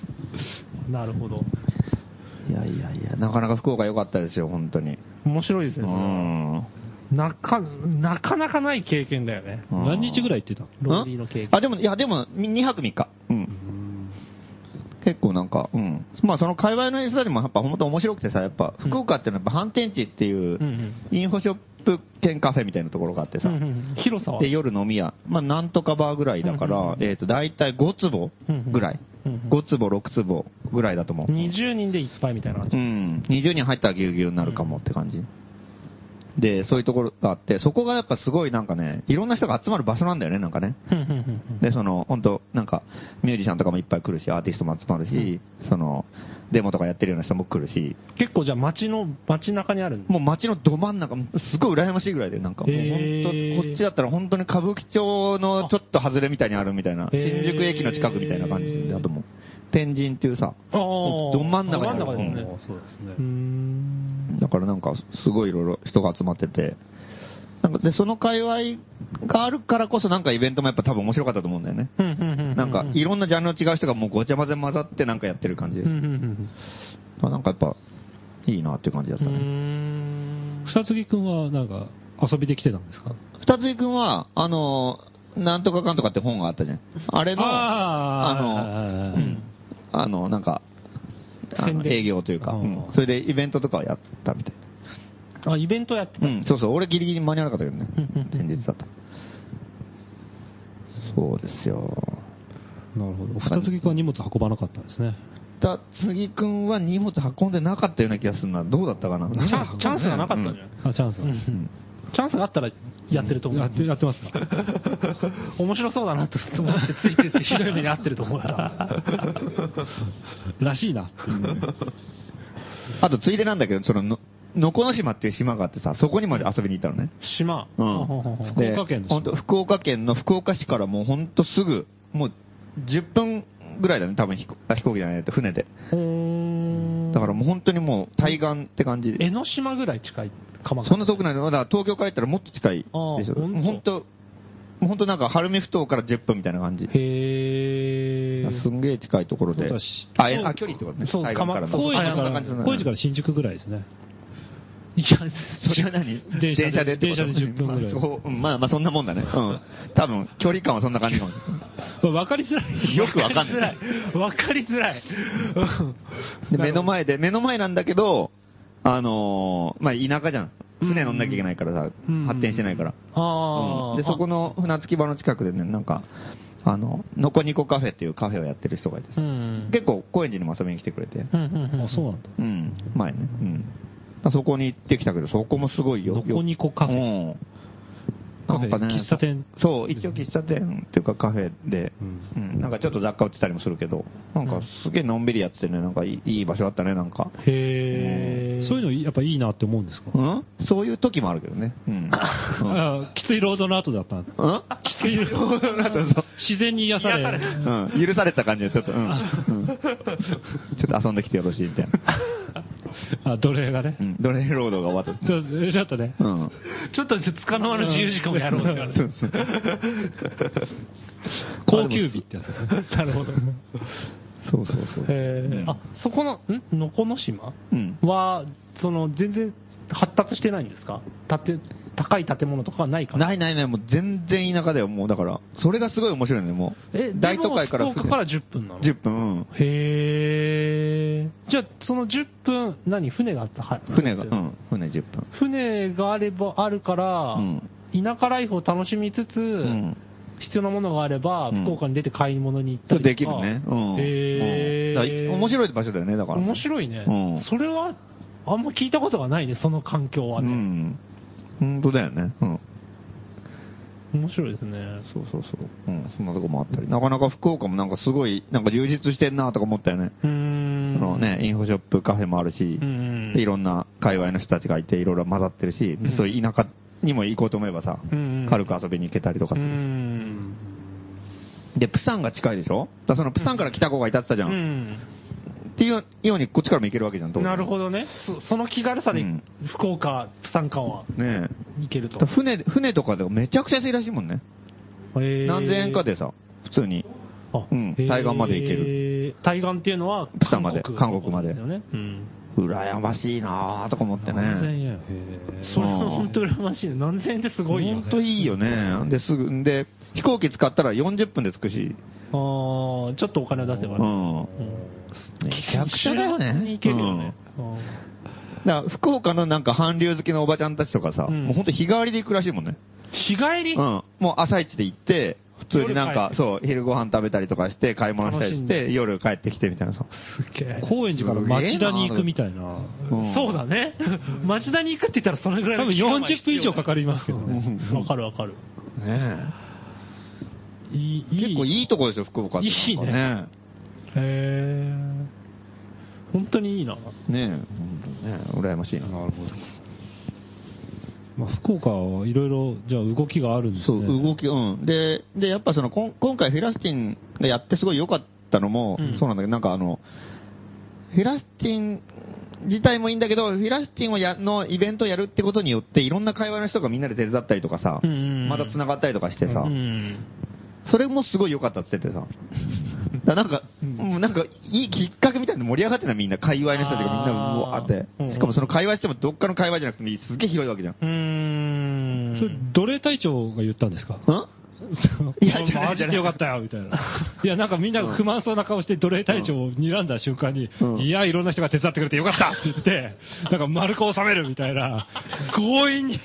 なるほど。いやいやいや、なかなか福岡良かったですよ、本当に。面白いですうね、それはん。なか、なかなかない経験だよね。何日ぐらいい行ってたのロンリーの経験。あ、でも、いや、でも、2泊3日。うん。結構なんか、うん。まあ、その界隈の人たちもやっぱ本当面白くてさ、やっぱ、うん福岡ってのはやっぱ反転地っていううんうん、インフォショップ兼カフェみたいなところがあってうさん、うん広さはで、夜飲み屋。まあ、なんとかバーぐらいだかうんうんらう、んえっと、だいたい5坪ぐらいうんうん。 5坪、6坪ぐらいだと思う。 20人でいっぱいみたいな感うじ。ん。20人入ったらぎゅうぎゅうになるかもって感じ。で、そういうところがあって、そこがやっぱすごいなんかね、いろんな人が集まる場所なんだよね、なんかね。うんうんうんで、その、本当なんか、ミュージシャンとかもいっぱい来るし、アーティストも集まるし、その、デモとかやってるような人も来るし、結構じゃあ街の、街中にあるんだもう街のど真ん中、すごい羨ましいぐらいで、なんか、もうへ本ー当、こっちだったら本当に歌舞伎町のちょっと外れみたいにあるみたいな、へ新ー宿駅の近くみたいな感じだと思う。天神っていうさ、あもーうど真ん中にあるど真ん中ですあねー。そうですねうーん。だからなんか、すごいいろいろ人が集まってて、なんかで、その界隈があるからこそ、なんかイベントもやっぱ多分面白かったと思うんだよね。うんうんうんうなんか、いろんなジャンルの違う人がもうごちゃ混ぜ混ざってなんかやってる感じですうん。うんあなんかやっぱ、いいなっていう感じだっうんたうね。ん。うーん二つ木くんはなんか遊びで来てたんですか二つ井くんは、あの、なんとかかんとかって本があったじゃん。あれの、ああの、うんあの、なんか、あ宣の伝営業というか、うんうんそれでイベントとかをやったみたいな。あ、イベントやってた。うん、そうそう、俺ギリギリ間に合わなかったけどねうんうん。前日だった。そうですよ。なるほど。二つ木くんは荷物運ばなかったんですね。だ次くんは荷物運んでなかったような気がするな。どうだったかなチャンチャンスがなかったんじゃないあ、チャンスうんうだ。んチャンスがあったらやってると思う。やって、やってますか面白そうだなと思ってついてってひどい目に遭ってると思った。らしいな。あとついでなんだけど、そのの、のこの島っていう島があってさ、そこにまで遊びに行ったのね。島。うほほほほん。福岡県の島本当福岡県の福岡市からもうほんとすぐ、もう10分ぐらいだね、多分飛行あ飛行機じゃないと船で。ほーんだからもう本当にもう対岸って感じで。江ノ島ぐらい近い鎌そん倉。な遠くないのまだ東京から行ったらもっと近いでしょ。あーほんと本当もう本当なんか、晴海ふ頭から10分みたいな感じ。へー。すんげえ近いところでそうだし。あ、えあ距離ってことね。そう対岸からの。鎌高高円円寺あそん寺かなら、感じだね高円寺から新宿ぐらいですね。いや、それは何電車でってこと電車で10分ぐらいまあそううんまあまあそんなもんだね。うん。多分、距離感はそんな感じかも。 わかりづらい。よくわかんない わかりづらい。わかりづらい。でうん目の。前で、目の前なんだけど、あのー、まあ、田舎じゃん。船乗んなきゃいけないからさ、うん発展してないから。あうんあ。で、そこの船着き場の近くでね、なんか、あの、ノコニコカフェっていうカフェをやってる人がいてうさ、ん。結構高円寺にも遊びに来てくれて、うんうんうん。あ、そうなんだ。うん、前ね。うん。だからそこに行ってきたけど、そこもすごいよ。ノコニコカフェうん。カフェなんかね喫茶店そう、一応喫茶店っていうかカフェで、う、うんなんかちょっと雑貨売ってたりもするけど、なんかすげえのんびりやっててね、なんかいいいい場所だったね、なんか。へえ。そういうのやっぱいいなって思うんですかうんそういう時もあるけどね。 うん。うんあきつい労働の後だったんだ うんきついよ。なんかそう自然に癒され。うん、許された感じで、ちょっと、うん、うんちょっと遊んできてよろしいみたいな。あ、奴隷がねう。ん、奴隷労働が終わった。ちょちょっとね。うん。ちょっとつかの間の自由時間をやろうって言われて。高級日ってやつですね。なるほど。そうそうそう。へーあ、そこの、んのこの島うん。は、その、全然発達してないんですか建て、高い建物とかはないかないないない、もう全然田舎だよ、もうだから。それがすごい面白いのよ、もう。え、大都会からでも福岡から10分なの10分、へー。じゃあ、その10分、何船があったはうん。船が、うん、船10分。船があれば、あるから、うん田舎ライフを楽しみつつ、うん。必要なものがあれば、うん福岡に出て買い物に行っちたょっりととか。できるね。うん。へうんだー。から面白い場所だよね、だから。面白いね。うんそれは、あんま聞いたことがないね、その環境はうね。ん。本当だよね。うん。面白いですね。そうそうそう。うん、そんなとこもあったり。なかなか福岡もなんかすごい、なんか充実してんなとか思ったよね。うーそのん。ね、インフォショップ、カフェもあるしう、ん。でいろんな界隈の人たちがいて、いろいろ混ざってるし、うんそういう田舎にも行こうと思えばさ、うん軽く遊びに行けたりとかうする。ん。で、プサンが近いでしょだからそのプサンから来た子がいたって言ったうじゃん。ん。っていうようにこっちからも行けるわけじゃん、なるど。ほどね。そその気軽さでうん、福岡、釜山間はねえ。行けるとだか。ら船、船とかでもめちゃくちゃ安いらしいもんね。へー何千円かでさ、普通に。あうん対岸まで行ける。へー対岸っていうのはプサンまで韓国までですよね。うん。羨ましいなぁとか思って全然ね。嫌よそれは本当羨ましいね。何千円ってすごいよね。本当いいよね。で、すぐ、で、飛行機使ったら40分で着くし。ああ、ちょっとお金を出せばうね。ん。めちゃくちゃだ週よ末にね行。けるよね。うんだから福岡のなんか韓流好きのおばちゃんたちとかさ、うんもう本当日替わりで行くらしいもんね。日帰りうん。もう朝一で行って、普通になん夜か、帰そう、昼ご飯食べたりとかして、買い物したりして、夜帰ってきてみたいなさ。すげえ高円寺から町田に行くみたいな。うんそうだね。 町田に行くって言ったらそれぐらい多の分期間は40分以上かかりますけどね。うんわかるわかる。ねいい、結構いい。いいとこですよ、福岡って。いいねねへえ。本当にいいな。ね本当ね羨ましいな。るほど。まあ、福岡はいろいろ、じゃあ動きがあるんですそね。う、動き、うん。で、で、やっぱその、こん今回フェラスティンがやってすごい良かったのも、うんそうなんだけど、なんかあの、フェラスティン自体もいいんだけど、フェラスティンをや、のイベントをやるってことによって、いろんな会話の人がみんなで手伝ったりとかさ、うんうんうんまた繋がったりとかしてさ、うん。それもすごい良かったって言って てさ。だからなんか、もうなんか、いいきっかけみたいなの盛り上がってんだ、みんな。界隈の人たちがみんな、あーうわーっうんうんて。しかもその会話しても、どっかの会話じゃなくてもいい、すげえ広いわけじゃん。うーん。それ、奴隷隊長が言ったんですかんいやじゃお前ないじゃないマジでよかったよ、みたいな。いや、なんかみんなが不満そうな顔して奴隷隊長を睨んだ瞬間に、うんいや、いろんな人が手伝ってくれてよかったって言って、なんか丸く収めるみたいな、強引に、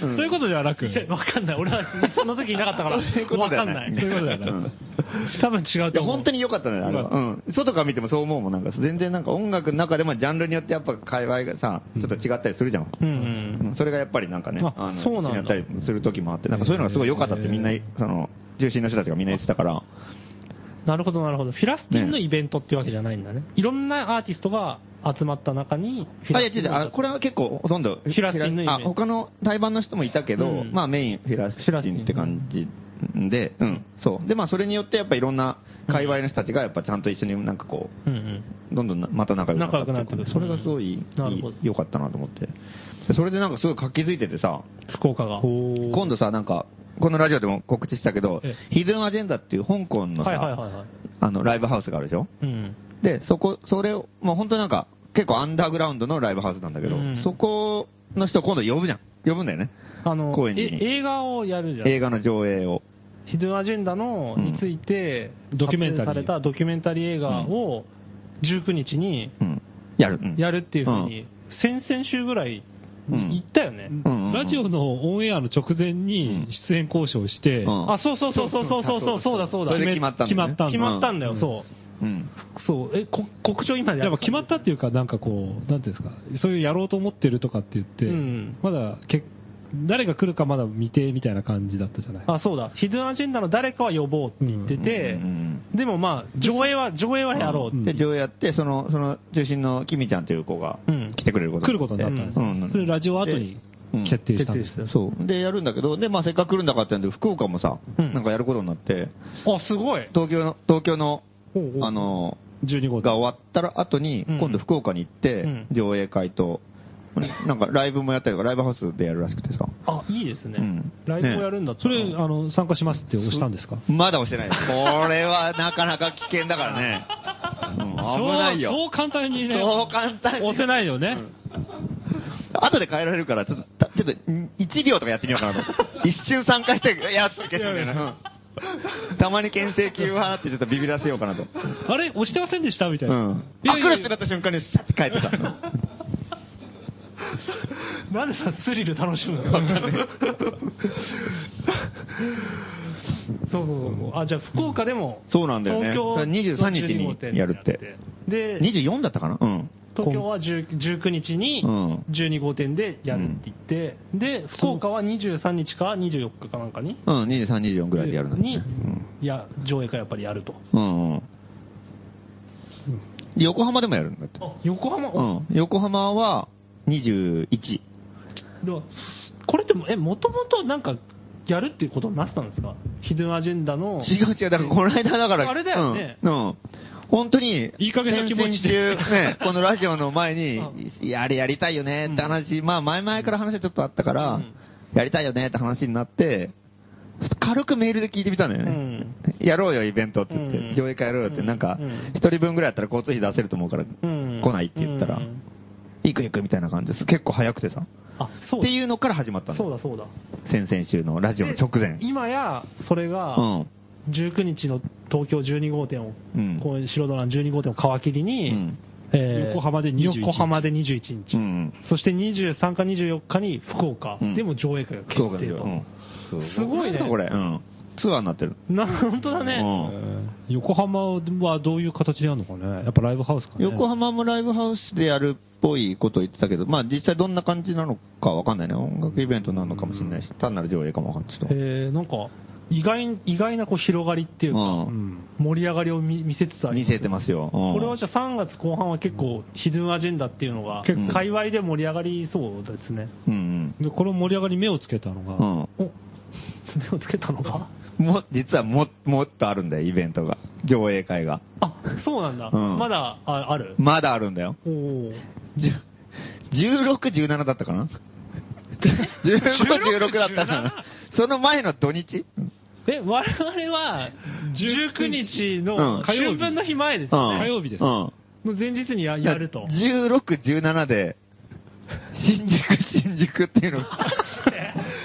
そういうことではなく、わかんない。俺はその時いなかったから、 そういうことわだよかんねない。そういうことだよねうん多分違ういとや、思う。本当に良かったね、あれは。うん。外から見てもそう思うもん、なんか、全然なんか音楽の中でもジャンルによってやっぱ界隈がさ、ちょっと違ったりするじゃん。うんうんうんそれがやっぱりなんかね、あのそうなんだ一緒にやったりする時もあって、なんかそういうのがすごい良かったってみんな、その、中心の人たちがみんな言ってたから、なるほど、なるほど。フィラスティンのイベントってわけじゃないんだね。いろんなアーティストが集まった中に、フィラあ、いやステ違ィンう違う、のあこれは結構ほとんど、フィラスティンのイベントあ、他の対バンの人もいたけど、うんまあメインフィラスティンって感じで、うん、そう。で、まあそれによってやっぱいろんな界隈の人たちがやっぱちゃんと一緒になんかこう、うんうん。どんどんなまた仲良くなったっていう仲か良くなってくそれがすごいいいなるほど良かったなと思って。でそれでなんかすごい活気づいててさ、福岡が。今度さ、なんか、このラジオでも告知したけどえ、ヒズンアジェンダっていう香港のはいはいはいさ、はい。あの、ライブハウスがあるでしょうん。で、そこ、それを、もう本当になんか、結構アンダーグラウンドのライブハウスなんだけど、うんそこの人を今度呼ぶじゃん。呼ぶんだよね。あの高円寺えに映画をやるじゃん、映画の上映を。ヒドゥンアジェンダのについて、うんドキュメンタリ撮ー影されたドキュメンタリー映画を19日にうん。やる。うんやるっていうふうに、先々週ぐらい言ったよね、うんうんうんラジオのオンエアの直前に出演交渉して、うんあそうそうそうそうそうそうそうそうだそうだそれで決まったんだ、ね。決まった決まったんだよ、そうん。うそうえこ告知を今でやっぱ決まったたっていうか、なんかこう、なんていうんですか、そういうやろうと思ってるとかって言って、うんまだけ誰が来るかまだ未定みたいな感じだったじゃない。あそうだヒドゥンアジェンダの誰かは呼ぼうって言ってて、うんでもまあ上映は上映はやろうって、んで、上映やって、その、その中心のキミちゃんという子がうん来てくれること来ることになったんですよ、うんそれラジオ後にうん決定したんですよ、そう。で、やるんだけど、で、まあせっかく来るんだからってんで、福岡もさ、うんなんかやることになって、あすごい東京の、東京の、おうおうあの、 12号が終わったら後に、うん今度福岡に行って、うん上映会と、なんかライブもやったりとか、ライブハウスでやるらしくてさ。あいいですね、うんライブをやるんだったそられあの、参加しますって押したんですかまだ押してない。これはなかなか危険だからね。うん危ないよ。そうそう簡単にね、そう簡単に押せないよね、後で変えられるから、ちょっと、たちょっと、ん1秒とかやってみようかな と。一瞬参加して、やっつ消すみたいな。うんたまに牽制球派ってちょっとビビらせようかなと。あれ、押してませんでしたみたういな、ん。いあ、やいや来るってなった瞬間に、シャッて帰ってた。 なんでさスリル楽しむのそうそうそうそうあじゃあ福岡でもそうなんだよね。それ東京23日にやるって。で24だったかなうん。東京は10 19日にうん12号店でやるって言って、で福岡は23日か24日かなんかにうん、23、24ぐらいでやるんだ、にね。いや上映かやっぱりやるとうん。うんうん。横浜でもやるんだって。横浜、うん。横浜は21。でもこれってもえもともとなんかやるっていうことになってたんですかヒドゥンアジェンダの違う違う、だからこの間だから、あれだよねうん。うん本当に、いい加減な気持ちで先々週ね、このラジオの前に、いやあれやりたいよねって話、まあ前々から話はちょっとあったから、うんやりたいよねって話になって、軽くメールで聞いてみたんだよね。うんやろうよ、イベントって言って、うん上映会やろうよって、なんかうん、一人分ぐらいやったら交通費出せると思うから、うん来ないって言ったら、うん行く行くみたいな感じです。結構早くてさ。あそうっていうのから始まったそうの。だそうだ先々週のラジオの直で。前今やそれがうん。 19日の東京12号店を、うんこういう白ドラの12号店を皮切りに、うんえー横浜で21日横浜で21日、うん。そして23か24日に福岡、うんでも上映会が決そうか定と、うんすごいねなんだこれ。うん。ツアーになってる。な本当だうね、んえー横浜はどういう形でやるのかね、やっぱライブハウスかね、横浜もライブハウスでやるっぽいこと言ってたけど、まあ実際どんな感じなのかわかんないね。音楽イベントなのかもしれないし、単なる上映かもわかんないしと。えーなんか意外意外なこう広がりっていうう。か、うんん、盛り上がりを見見せつつあり見ますせてますよ。これはうじゃあ3月後半は結構ヒドゥンアジェンダっていうのが結構界隈で盛り上がりそうですね、 ん。うんでこの盛り上がりに目をつけたのうが、ん。お目をつけたのかうん。も、実はも、もっとあるんだよ、イベントが。上映会が。あそうなんだ、うんまだああるまだあるんだよ。おおじゅ16、17だったかな ?15、16だったかなその前の土日え我々は19日うんの火曜春日分の日前ですようんね、火曜日ですうん。の前日にややると16、17で、新宿、新宿っていうの、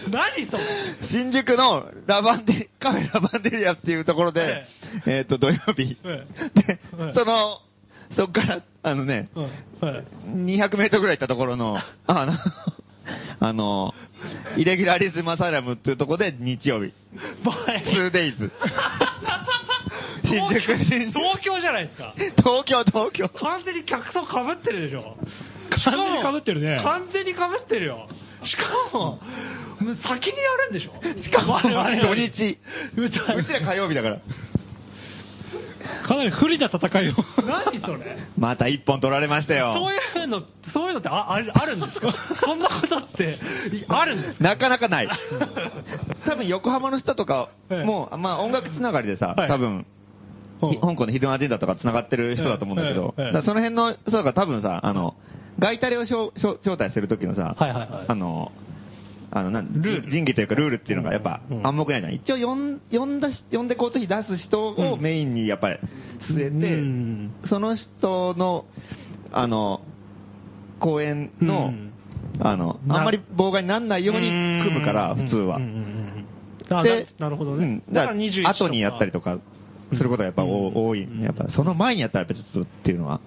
何それ新宿のラバンデ、カフェラバンデリアっていうところでえ、えっと、土曜日。えでええ、その、そっから、あのね、うんはい200メートルぐらい行ったところ の、あの、あの、イレギュラリズムアサイラムっていうところで日曜日。バレ 2days。新宿、新宿。東京じゃないですか東京、東京。完全に客層かぶってるでしょ完全に被ってるね完全にかぶってるよしかももう先にやるんでしょししかも、土日。ううちちらら火曜日だから。かなり不利な戦いを、何それまた一本取られましたそうよ。いうのそういうのってあああるんですかそんなことってあるんですかなかなかない。 多分横浜の人とか、ええもう、まあ音楽つながりでさ、はい多分、ひ香港のヒドゥンアジェンダとかつながってる人だと思うんだけど、ええええだからその辺の人が多分さ、あの、ガイタレを招招招待するときのさ、はいはいはいあの、あの、なん、ルール、仁義というかルールっていうのがやっぱうん暗黙ないじゃん。一応呼ん、呼んだし、呼んで交通費出す人をメインにやっぱり据えて、うんその人の、あの、公園うの、んあの、なあんまり妨害にならないように組むから、普通はうんう。んうんあでななるほどうねん。だかだから21ら、後にやったりとか、することがやっぱうおん多い。やっぱ、その前にやったらやっぱちょっとっていうのは。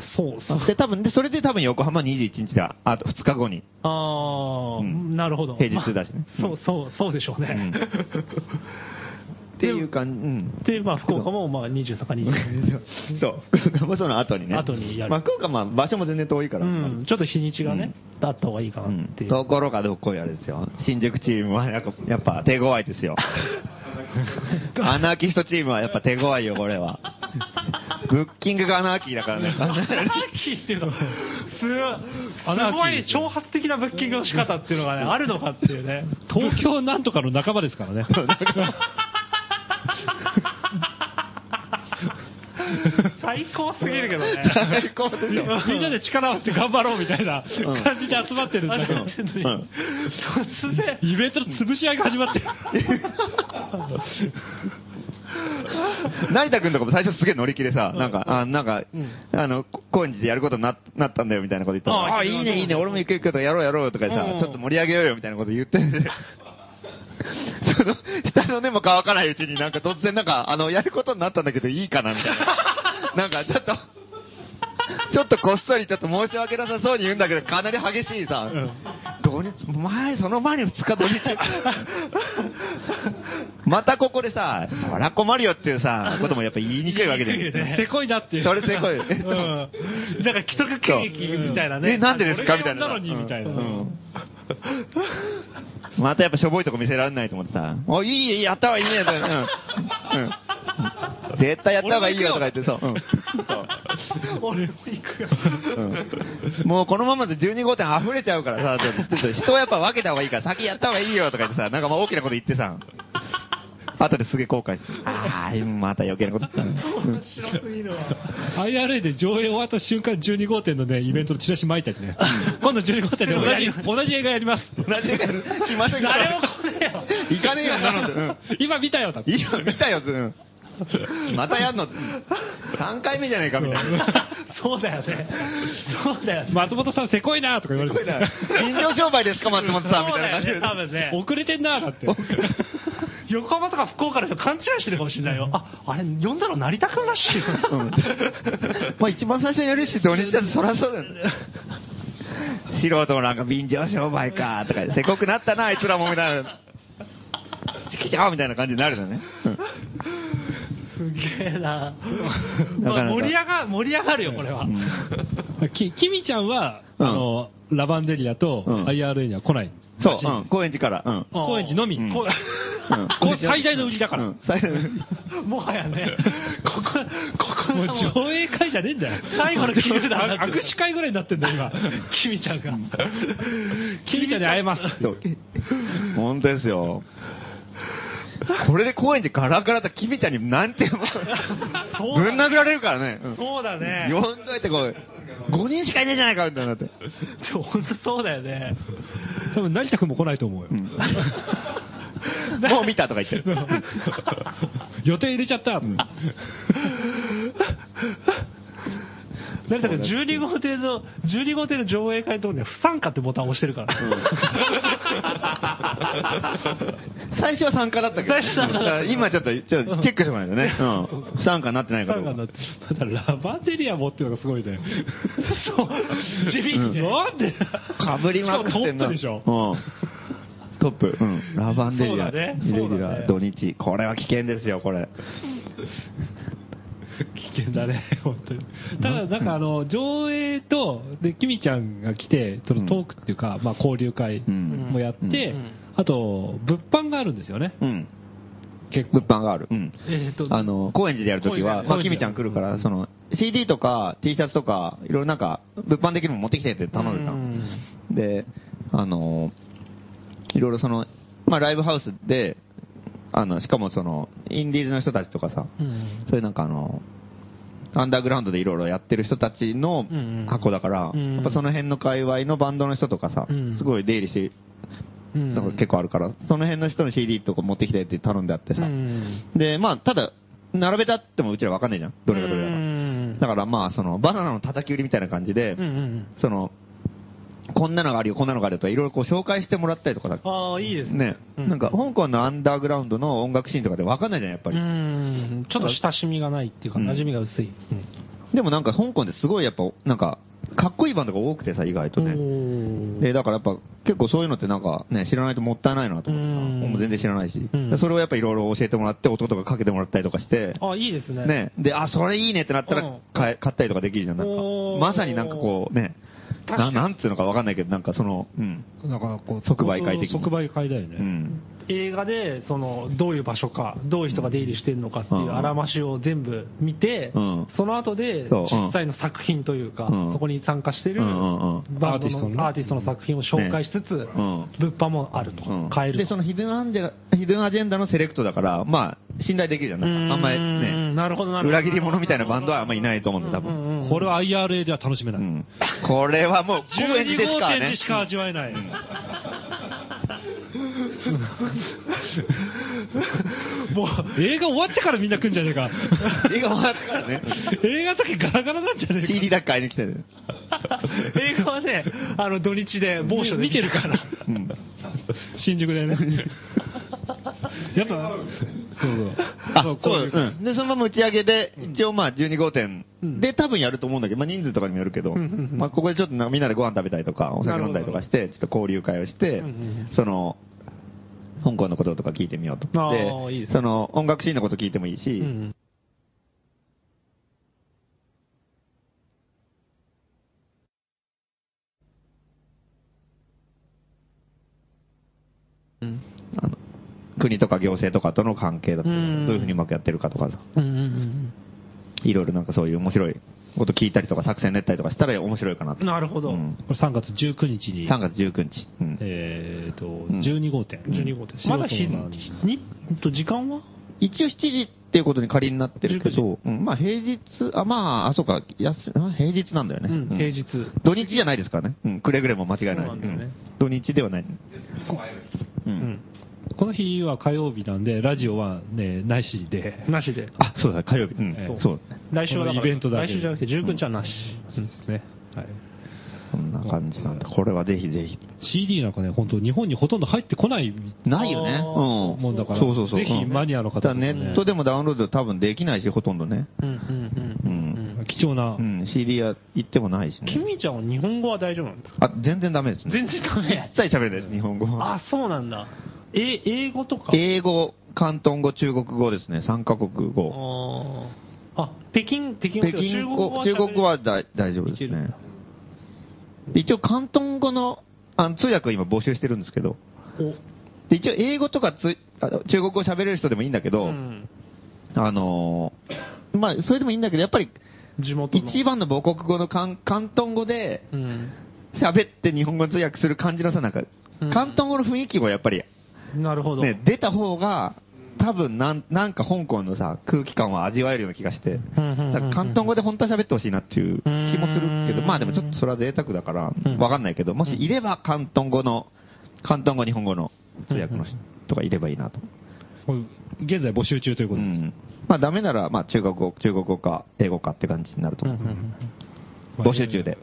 そうそう。で、多分、で、それで多分横浜21日だ。あと2日後に。ああ、うんなるほど。平日だしねまあそうそう、そうでしょうね。っていう感じ、うん。で、 まあ、福岡もまあ23か24。そう。 福岡もその後にね。後にやるまあ、福岡まあ場所も全然遠いから。うん、ちょっと日にちがね、あった方がいいかうなっんていう。ところがどっこいあれですよ。新宿チームはやっぱやっぱ手強いです よ。アナーキストチームはやっぱ手強いよ、これ は。ブッキングがアナーキーだからア ね。ナーキーっていうのは、すごい、すごい挑発的なブッキングの仕方っていうのがね、あるのかっていうね。東京なんとかの仲間ですからね。 最高すぎるけどね。最高 でしょ。みんなで力を合わせて頑張ろうみたいなうん感じで集まってるんだけど、うん突然、イベントの潰し合いが始まってる。 成田君とかも最初すげえ乗り気でさ、なんか、あなんか、あの、こ高円寺でやることにななったんだよみたいなこと言ったら、あああ、あいいねいいね、俺も行く行くとやろうやろうとかさ、うんちょっと盛り上げようよみたいなこと言って て、その、下の根も乾かないうちになんか突然なんか、あの、やることになったんだけどいいかなみたい な。なんかちょっと、ちょっとこっそりちょっと申し訳なさそうに言うんだけど、かなり激しいさ、土日、前、その前に2日土日。 またここで さ、そら困るよっていうさ、こともやっぱ言いにくいわけで。せこいなっていう。それせこい。えうん。なんか既得権益みたいなね。え、なんでですかみたいな。俺が呼んだのにみたいなうんうん またやっぱしょぼいとこ見せられないと思ってさ、おいいよ、いいよやった方がいいね、とうんうん絶対やった方がいいよとか言ってそう。うんそう俺も行くよ。うんもうこのままで12号店溢れちゃうからさ、ちょっとちょっと人をやっぱ分けた方がいいから、先やった方がいいよとか言ってさ、なんかまあ大きなこと言ってさ、後ですげえ後悔する。ああ、また余計なこと 言った。面白すぎるわ。 IRA で上映終わった瞬間12号店のね、イベントのチラシ巻いたりね。今度12号店で同じ、同じ映画やります。同じ映画来ませんから。誰も来ねえよ。行かねえよ、なので。うん今見たよ、だって。今見たよ、うんまたやんの。3回目じゃないか、みたいな。 そうだよね。そうだよね。松本さんせこいなとか言われすごいて。な人情商売ですか、松本さん、みたいな感じそうだよね、多分ね。遅れてんなだって。横浜とか福岡の人勘違いしてるかもしれないよ。あ、あれ、呼んだの成田君らしいよ。で。まあ一番最初にやるし、土日だとそらそうだよね。素人もなんか便乗商売か、とか言って、せこくなったな、あいつらも、みたいな。来ちゃおうみたいな感じになるよね。うんすげえな。なかなまかあ盛り上が、盛り上がるよ、これは。き、きみちゃんは、うんあの、ラバンデリアとうん IRA には来ない。そう、うん、高円寺から。うん。高円寺のみ。うんこうんこ最大の売りだかうら。ん最後 もはや ね、ここ、ここもうのもう上映会じゃねえんだよ。最後のキルだあなって握手会ぐらいになってんだよ、今。キミちゃんが。きみちゃんに会えます。そう本当ですよ。これで高円寺ガラガラだ、君ちゃんになんてもそうだう、ぶん殴られるからね。うんそうだね。呼んどいてこい。5人しかいねえじゃないかみたいにな って。でも本当そうだよね。多分 成田君も来ないと思うよ。もう見たと か言ってる。予定入れちゃった。成田君、12号艇の、12号艇の上映会のところには不参加ってボタンを押してるから。最初は参加だったけど、最初は参加だったうん今ちょっと、ちょっとチェックしてもらえ とね。うん不参加になってないかどうか。ただラバンデリア持ってるのがすごいね。そう。地味にね。なんでかぶりまくってんな。しかもうんトップ。うん。ラバンデリそア、うだねイレギュラー、そ土日。これは危険ですよ、これ。危険だね、本当に。ただ、なんかあの、上映と、で、きみちゃんが来て、そのトークっていうか、まあ交流会うんもやってうん、あと、物販があるんですよね。うん。結構物。販がある。うん。えっと、あの、高円寺でやるとき高は、円寺まあ、きみちゃん来るから、その、CD とか T シャツとか、いろいろなんか、物販できるもの持ってきてって頼んでたうの。んで、あの、いろいろその、まあ、ライブハウスで、あの、しかもその、インディーズの人たちとかさ、うんそういうなんかあの、アンダーグラウンドでいろいろやってる人たちのうんうん箱だから、うんやっぱその辺の界隈のバンドの人とかさうん、すごい出入りして、うんなんか結構あるから、その辺の人の CD とか持ってきてって頼んであってさ、うんで、まあ、ただ、並べたってもうちらわかんないじゃん。どれがどれだうか。んだからまあ、その、バナナの叩き売りみたいな感じで、うんうんその、こんなのがあるよ、こんなのがあるよとか、いろいろこう紹介してもらったりとかだああ、いいですね。ね、なんか香港のアンダーグラウンドの音楽シーンとかで分かんないじゃん、やっぱうり。ん。ちょっと親しみがないっていうか、うん馴染みが薄い。でもなんか香港ですごいやっぱ、なんか、かっこいいバンドが多くてさ、意外とね。おーで、だからやっぱ結構そういうのってなんかね、知らないともったいないなと思ってさ、うん俺も全然知らないし、うんそれをやっぱいろいろ教えてもらって、音とかかけてもらったりとかして、あいいですね。ね、で、あ、それいいねってなったうらん買え買ったりとかできるじゃん、なんかお。ーまさになんかこうね、確かなになんつうのかわかんないけど、なんかその、うん、なんかこう、即売会的に即売会だようね。ん、映画で、その、どういう場所か、どういう人が出入りしてるのかってういうんあらましを全部見てうん、その後で、そううん実際の作品というかうん、そこに参加してるうんうんうバンドアーティストのねのアーティストの作品を紹介しつつ、ん物販もあるとうん。、買えるで、と。そのヒデンアンジェラヒデンアジェンダのセレクトだから、まあ、信頼できるじゃん、なんかあんまりうーね、んなるほど、なるほど。裏切り者みたいなバンドはあんまりいないと思うんだ、多分。分これは IRA では楽しめなうい。んこれはもう、公園12でし号か店ねでし。か味わえない。もう、映画終わってからみんな来るんじゃね えか。映画終わった からね。映画だけガラガラなんじゃねえか。 CD だけ買いに来てる。映画はね、あの土日で某所で見てるから。うん新宿でね。 やっぱ、そうそう。あ、そそうう、こういううん。で、そのまま打ち上げで、一応まあ12号店で多分やると思うんだけど、まあ人数とかにもよるけど、んうんまあここでちょっとなみんなでご飯食べたりとか、お酒飲んだりとかして、ちょっと交流会をしてうんうん、その、香港のこととか聞いてみようと。あーいいですねその音楽シーンのこと聞いてもいいし、うんあの国とか行政とかとの関係だったりとうかんうんどういうふうにうまくやってるかとかさ、うんうんうんいろいろなんかそういう面白いこと聞いたりとか作戦練ったりとかしたら面白いかなうとん。。なるほど。うんこれ3月19日に、 3月19日。うんえーと、ん12号店。 12号です。まだ日、素人のに、と時間は一応7時っていうことに仮になってるけど、うん、まあ平日、あ、まあ、あ、そうか、安あ平日なんだよね。うんうん平日。土日じゃないですからね。うん、くれぐれも間違いない。そうなんだよねうん土日ではない。うん。この日は火曜日なんで、ラジオはね、ないしで。なしで。あ、そうだ、火曜日。うん、ええそう。来週はだからこのイベントだけ来週じゃなくて19日はなし。ね。はい。そんな感じなんだ。これはぜひぜひ。 CD なんかね、本当日本にほとんど入ってこないないよね。あーうん。もんだからそうそうそう。ぜひうんマニアの方ただとかねネットでもダウンロード多分できないし、ほとんどね。うんうんううん。ん。貴重なう、ん、CD や行ってもないしキね。ミちゃんは日本語は大丈夫なんですかあ、全然ダメですね。全然ダメ。一切喋れないです、日本語。あ、そうなんだ。え、英語とか英語、広東語、中国語ですね。3カ国語。あーあ、北京、北京北京語、中国語は大大丈夫ですいけるんねだ。で一応、広東語のあの通訳を今募集してるんですけど、喋れるで一応、英語とかつあの中国語喋れる人でもいいんだけおど、うんあのーまあ、それでもいいんだけど、やっぱり、地元の。一番の母国語の広広東語でうん。喋って日本語通訳する感じのさ、なんか、うん広東語の雰囲気もやっぱり、なるほど。ね、出た方が、多分なん、なんか香港のさ、空気感を味わえるような気がして、うんうんうんうんだから広東語で本当は喋ってほしいなっていう気もするけど、まあでもちょっとそれは贅沢だからうん、わかんないけど、もしいれば広東語の、広東語、日本語の通訳の人がいればいいなと。現在募集中といううことでん。まあダメなら、まあ中国語、中国語か英語かって感じになるとうんう思んう。う募集中で。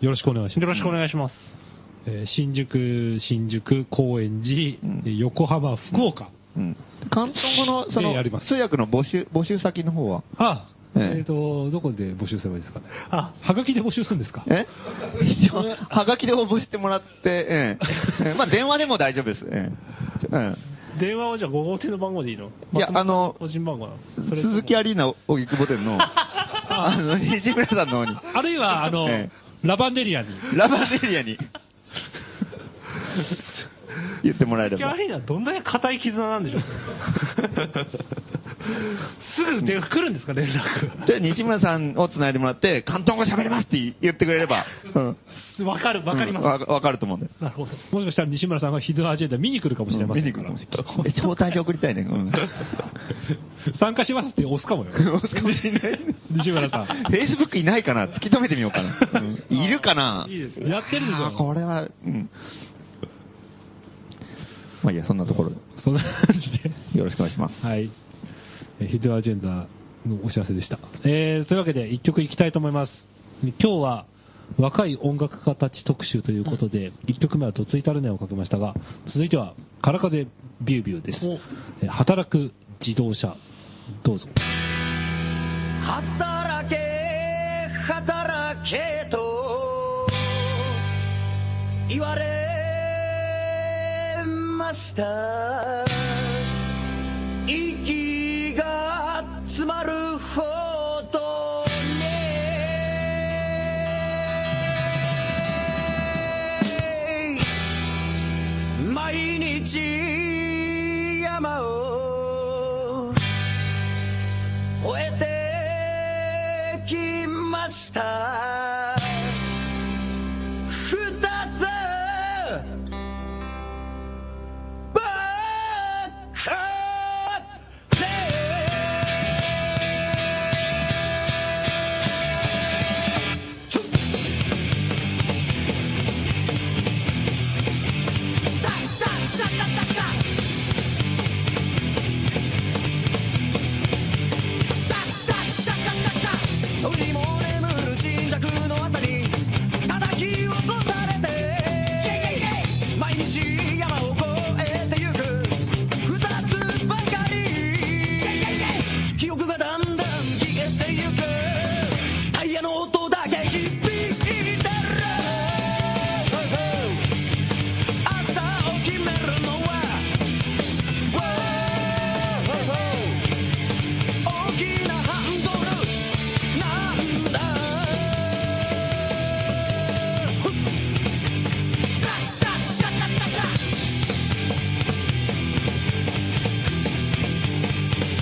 よろしくお願いしんよまろすし。くお願いします。えー新宿、新宿、高円寺、うんえー横浜、福岡。うん。広東語の、そのええあります、通訳の募集、募集先の方は、あ、えええっと、どこで募集すればいいですかね。あ、はがきで募集するんですかえ一応、はがきで応募してもらって、ええええまあ電話でも大丈夫です。ええうん電話はじゃあ5号店の番号でいいのいや松本あの個人番号なのそれとも鈴木アリーナ荻窪店の、あの、西村さんの方に、あるいは、あのえ、ラバンデリアに。ラバーデリアに、言ってもらえれ鈴木アば。リーナどんなに固い絆なんで しょうすぐ電話来るんですか連 絡じゃあ、西村さんを繋いでもらって、関東語喋れますって言ってくれれば、うん。わかるわかりますうんわわかると思うんで。なるほどもしかしたら西村さんがヒドアジェンダ見に来るかもしれませ見んにか来るらかもしれない。え招待状送りたいね。うん。参加しますって押すかもよ。押すかもしれない。西村さん。 Facebook いないかな突き止めてみようかな。うん いるかなやってるでしあーょ。これは、うん。まあいいや、そんなところで。そんな感じで。よろしくお願いします。はい。えーヒドアジェンダのお知らせでした。えー、というわけで一曲いきたいと思います。今日は、若い音楽家たち特集ということで、1曲目はどついたるねをかけましたが、続いては、からかぜビュービューです。え働く自動車、どうぞ。働け働けと言われました息が詰まるほどに毎日山を越えてきました二つばかりダッダッダッダッダッダッ「タッタッタッタッタッタ」「うにも眠る沈弱のあたり」「叩き落とされて」「毎日山を越えてゆく」「二つばかり」「記憶がだんだん消えてゆく」「タイヤの音だけ響いてる」「朝を決めるのは」大きなハンドルなんだふっダッダッダッダッダッダッダッ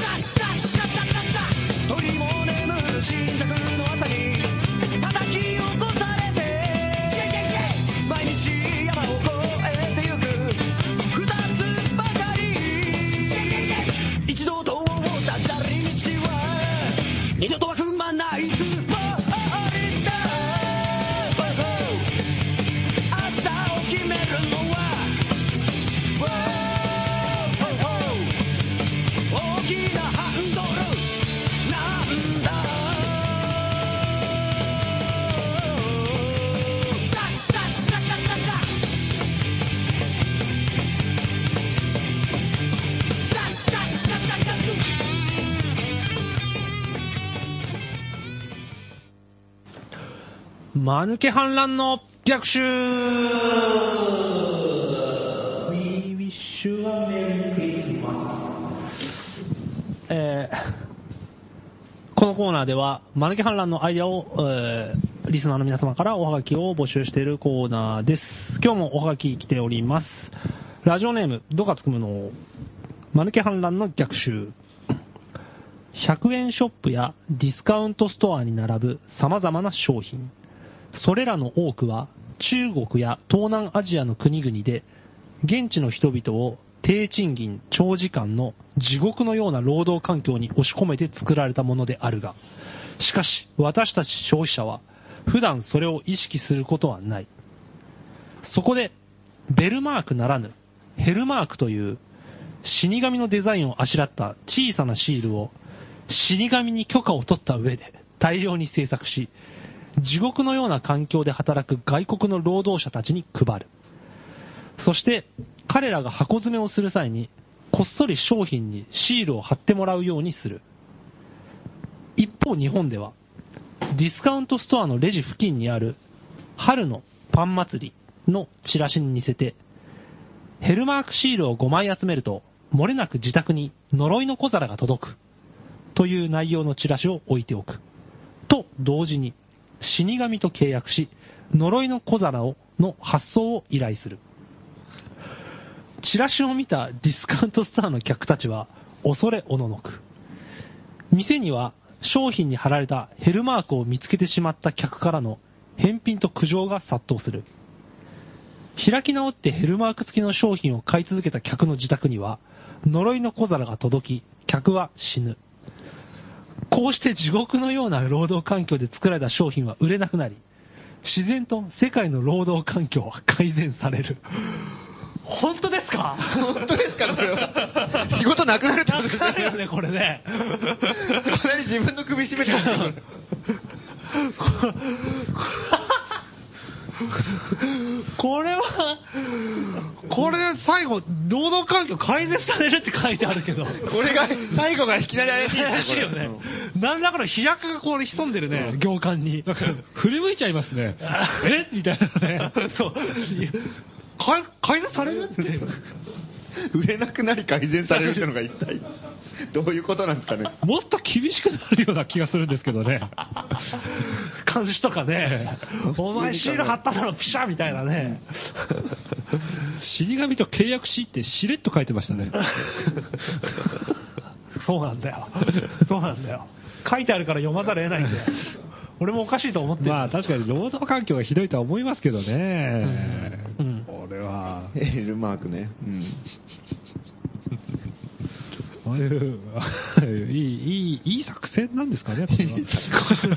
ダッダッダッダッダッ鳥も眠る新宿の朝に叩き落とされて毎日山を越えてゆく二つばかり一度通った砂利道は二度とは踏まないつもりだ明日を決めるのは大きなハンドルなんだダッダッダッダッダッダッダッダッダッダッダッ間抜け反乱の逆襲 !We wish you a Merry Christmas. えーこのコーナーでは、間抜け反乱のアイデアを、えーリスナーの皆様からおはがきを募集しているコーナーです。今日もおはがき来ております。ラジオネーム、どかつくむの、間抜け反乱の逆襲。100円ショップやディスカウントストアに並ぶ様々な商品。それらの多くは中国や東南アジアの国々で現地の人々を低賃金、長時間の地獄のような労働環境に押し込めて作られたものであるが、しかし私たち消費者は普段それを意識することはない。そこで、ベルマークならぬ、ヘルマークという死神のデザインをあしらった小さなシールを死神に許可を取った上で大量に制作し、地獄のような環境で働く外国の労働者たちに配る。そして、彼らが箱詰めをする際に、こっそり商品にシールを貼ってもらうようにする。一方、日本では、ディスカウントストアのレジ付近にある、春のパン祭りのチラシに似せて、ヘルマークシールを5枚集めると、漏れなく自宅に呪いの小皿が届く。という内容のチラシを置いておく。と同時に、死神と契約し、呪いの小皿を、の発送を依頼する。チラシを見たディスカウントスターの客たちは、恐れおののく。店には商品に貼られたヘルマークを見つけてしまった客からの返品と苦情が殺到する。開き直ってヘルマーク付きの商品を買い続けた客の自宅には、呪いの小皿が届き、客は死ぬ。こうして地獄のような労働環境で作られた商品は売れなくなり、自然と世界の労働環境は改善される。本当です か本当ですかこれは。仕事なくなるってこと ですあるよよね。ね、これね。かなり自分の首絞めてますよここれれは、これ最後、労働環境改善されるって書いてあるけど。これが、最後がいきなり怪しいですね。怪しいよね。なんだから飛躍がこれ潜んでるね、行間に。振り向いちゃいますね。えみたいなね。 そう。改改善されるって。これ売れなくなり改善されるってのが一 体、どういうことなんですかね。もっと厳しくなるような気がするんですけど ね。監視とかね、お前シール貼っただろ、ピシャみたいなね。死神と契約しってしれっと書いてましたね。 そうなんだよ。そうなんだよ。書いてあるから読まざるを得ないんだよ。俺もおかしいと思ってる。まあ確かに労働環境がひどいとは思いますけどね。うんこれは、 L マークね。うん。ああいう いい、いい、いい作戦なんですかね、こ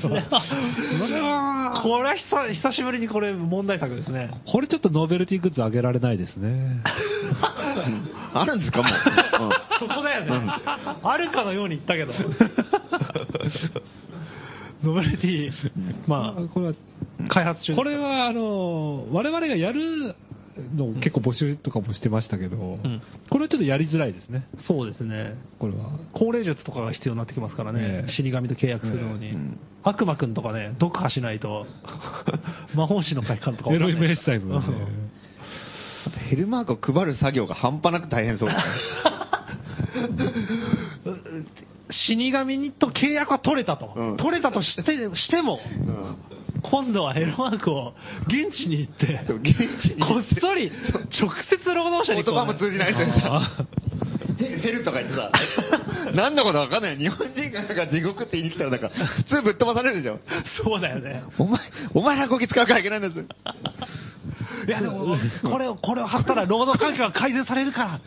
れは。 これはこれは久久しぶりにこれ問題作ですね。これちょっとノベルティグッズあげられないで すね。あるんです か、もう。そこだよね。あるかのように言った けど。ノベルティ、まこれは、あ、開発中これはあの、我々がやるのを結構募集とかもしてましたけど、んこれはちょっとやりづらいですね、そうですね。これは。高齢術とかが必要になってきますからね、ええ死神と契約するのに、えうん悪魔くんとかね、読破しない と、魔法師の会館とかエわかんないロイ名詞タイムなんでうねんヘルマークを配る作業が半端なく大変そうだね死神にと契約は取れたと、うん取れたとしてしても、今度はエロマークを現地に行って、そう現地にこっそり直接労働者言にこう葉も通じない人にさ、ヘルとか言 ってさ、何のことかわかんない。日本人がなんか地獄って言いに来たらなんか、普通ぶっ飛ばされるでしょ。そうだよね。お前、お前らこき使うからいけないんです。いやでも、これを、これを貼ったら労働環境が改善されるから、